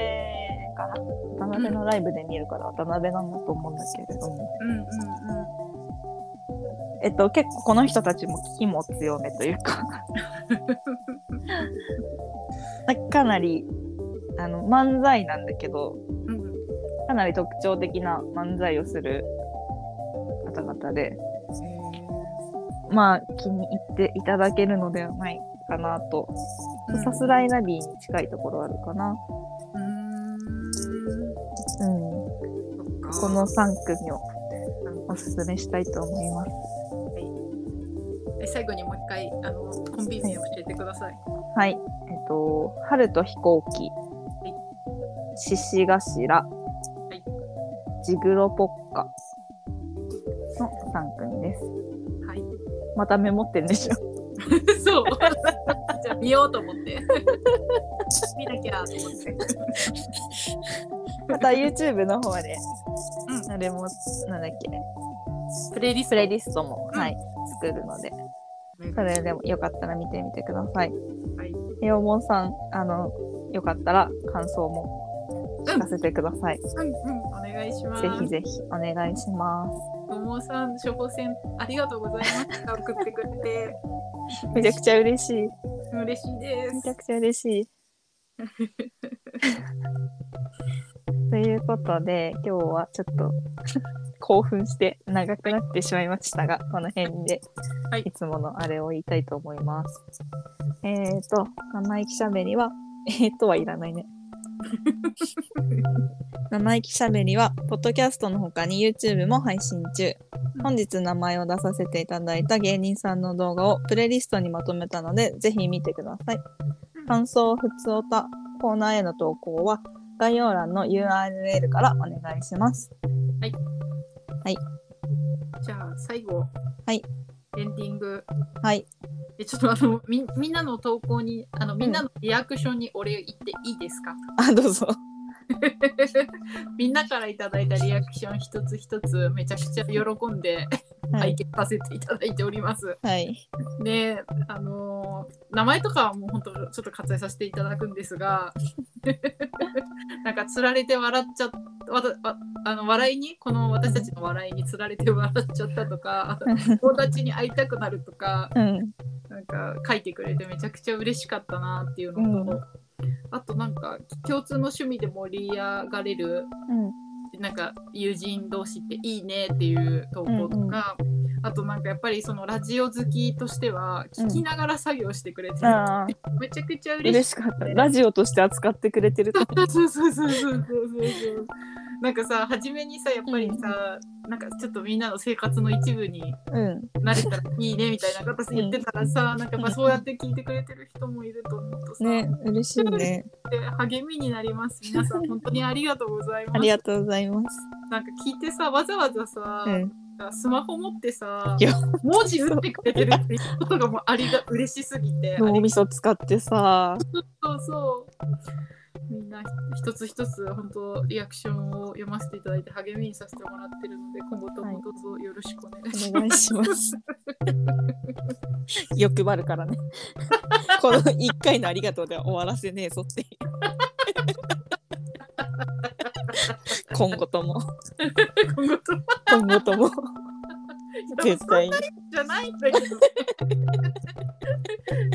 Speaker 1: かな渡辺のライブで見るから渡辺なんだと思うんだけれども。
Speaker 2: うんうん
Speaker 1: えっと、結構この人たちも気も強めというか かなり、あの、漫才なんだけど、
Speaker 2: うんうん
Speaker 1: かなり特徴的な漫才をする方々で、まあ、気に入っていただけるのではないかなと
Speaker 2: うん
Speaker 1: さすらいナビに近いところあるかな。
Speaker 2: うーん
Speaker 1: うん。
Speaker 2: そっ
Speaker 1: こ
Speaker 2: か
Speaker 1: の3組をおすすめしたいと思います。
Speaker 2: え最後にもう一回あのコンビ名教えてください
Speaker 1: はい。えっと、春と飛行機
Speaker 2: い、
Speaker 1: 獅子頭、
Speaker 2: い
Speaker 1: ジグロポッカの3組です。
Speaker 2: はい
Speaker 1: またメモってんでしょ
Speaker 2: そうじゃあ見ようと思って。 見なきゃと思って。
Speaker 3: また YouTube の方で、
Speaker 2: う
Speaker 3: あれも、なんだっけ、
Speaker 2: プレイリス
Speaker 3: プ
Speaker 2: ト
Speaker 3: レイリストも、
Speaker 2: うん
Speaker 3: はい、作るので、それでもよかったら見てみてください。
Speaker 2: はい
Speaker 3: えおもんさん、あの、よかったら感想も聞かせてください。
Speaker 2: うんうん、お願いします。
Speaker 3: ぜひぜひお願いします。
Speaker 2: ももさん、処方箋ありがとうございました。送ってくれて、
Speaker 3: めちゃくちゃ嬉しい。
Speaker 2: 嬉しいで
Speaker 3: めち
Speaker 2: す
Speaker 3: ゃ。くちゃ嬉し い。ということで、今日はちょっと 興奮して長くなってしまいましたが、この辺で
Speaker 2: はい
Speaker 3: いつものあれを言いたいと思います。えっ、ー、と、生意気しゃべりは、えー、とはいら ないね。
Speaker 1: 生意気しゃべりは、ポッドキャストの他に YouTube も配信中。本日名前を出させていただいた芸人さんの動画をプレイリストにまとめたので、ぜひ見てください。感想、ふつおた、コーナーへの投稿は、概要欄の URL からお願いします。
Speaker 2: じゃあ、最後。
Speaker 1: はい。
Speaker 2: エンディング。
Speaker 1: はい。
Speaker 2: えちょっとあのみみんなの投稿にあのみんなのリアクションにお礼言っていいですか、
Speaker 1: あ、どうぞ。
Speaker 2: みんなからいただいたリアクション一つ一つめちゃくちゃ喜んで
Speaker 1: は
Speaker 2: 拝
Speaker 1: い。
Speaker 2: 見させていただいております。
Speaker 1: はい。
Speaker 2: で、あのー名前とかはもう本当ちょっと割愛させていただくんですが なんかつられて笑っちゃっわたわあの笑いにこの私たちの笑いにつられて笑っちゃったとか 友達に会いたくなるとか
Speaker 1: うん。
Speaker 2: なんか書いてくれてめちゃくちゃ嬉しかったなっていうのと、
Speaker 1: う
Speaker 2: あとなんか共通の趣味で盛り上がれるなんか友人同士っていいねっていう投稿とか、あとなんかやっぱりそのラジオ好きとしては
Speaker 3: うん
Speaker 2: 聞きながら作業してくれて、
Speaker 3: うん。ああ、
Speaker 2: めちゃくちゃ嬉しい
Speaker 3: 嬉しかった。ラジオとして扱ってくれてる と。
Speaker 2: そうそうそうそうそうそう。なんかさ初めにさやっぱりさ、なんかちょっとみんなの生活の一部に
Speaker 3: うん。
Speaker 2: 慣れたらいいねみたいな形言ってたらさ、なんかまあそうやって聞いてくれてる人もいると思うとさ、
Speaker 1: ね、嬉しいね。
Speaker 2: って励みになり ます。皆さん、本当にありがとうございま
Speaker 1: あ
Speaker 2: す。
Speaker 1: りがとうございます。
Speaker 2: なんか聞いてさ、わざわざさ、
Speaker 1: うん。
Speaker 2: スマホ持ってさ
Speaker 1: いや、
Speaker 2: 文字打ってくれてるっていうことがもうあ りが嬉しすぎて、あ
Speaker 3: 脳
Speaker 2: り
Speaker 3: みそ使ってさ、
Speaker 2: がとうそう。みんな一つ一つ本当リアクションを読ませていただいて励みにさせてもらってるので今後ともどうぞよろしくお願いし
Speaker 1: お
Speaker 2: ま
Speaker 1: 願いします。
Speaker 3: 欲張るからね。
Speaker 1: この1回のありがとうでは終わらせねえぞっていう。今後とも、
Speaker 2: す。今後とも
Speaker 3: 今後とも、絶対に。
Speaker 2: じゃないんだけど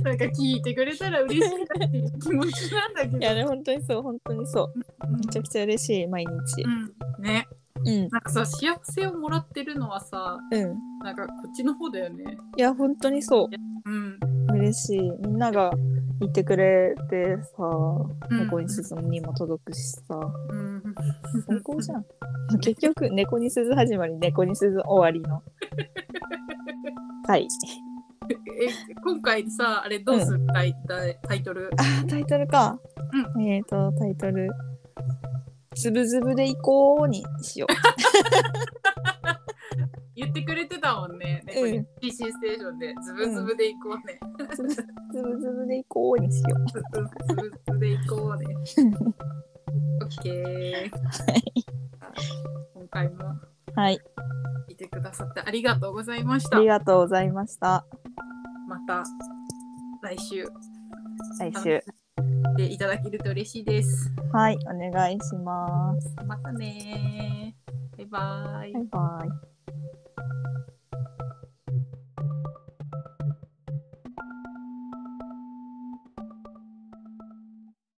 Speaker 2: なんか聞いてくれたら嬉しいなっていう気持ちなんだけど
Speaker 1: いやね、本当にそう、本当にそう。
Speaker 2: うん
Speaker 1: めちゃくちゃ嬉しい、毎日。
Speaker 2: うん、ね
Speaker 1: うん。
Speaker 2: なんかさ幸せをもらってるのはさ
Speaker 1: うん。
Speaker 2: なんかこっちの方だよね
Speaker 1: いや、本当にそ
Speaker 2: うん、
Speaker 1: う。嬉しい。みんながいてくれてさ、
Speaker 2: うん、
Speaker 1: 猫に鈴にも届くしさ、
Speaker 2: うん
Speaker 1: 最高じゃん。結局、猫に鈴始まり、猫に鈴終わり の。はい。
Speaker 2: え今回さあれどうする、タイタイタイトル
Speaker 1: あタイトルか。えっ、と、タイトル。つぶつぶで行こうにしよ
Speaker 2: 言ってくれてたもんね、猫に PC ステーションでズブズブで行こうね、
Speaker 1: う。つぶつぶで行こうにしよ
Speaker 2: ズブズブで行こうねオッケー今回も
Speaker 1: う。はい。
Speaker 2: 聞いてくださってありがとうございまし
Speaker 1: あ
Speaker 2: た
Speaker 1: りがとうございました。
Speaker 2: また来週
Speaker 1: 来週。
Speaker 2: でいただけると嬉しいです
Speaker 1: はい。お願いします。
Speaker 2: またねーバイバイ
Speaker 1: バイバイ。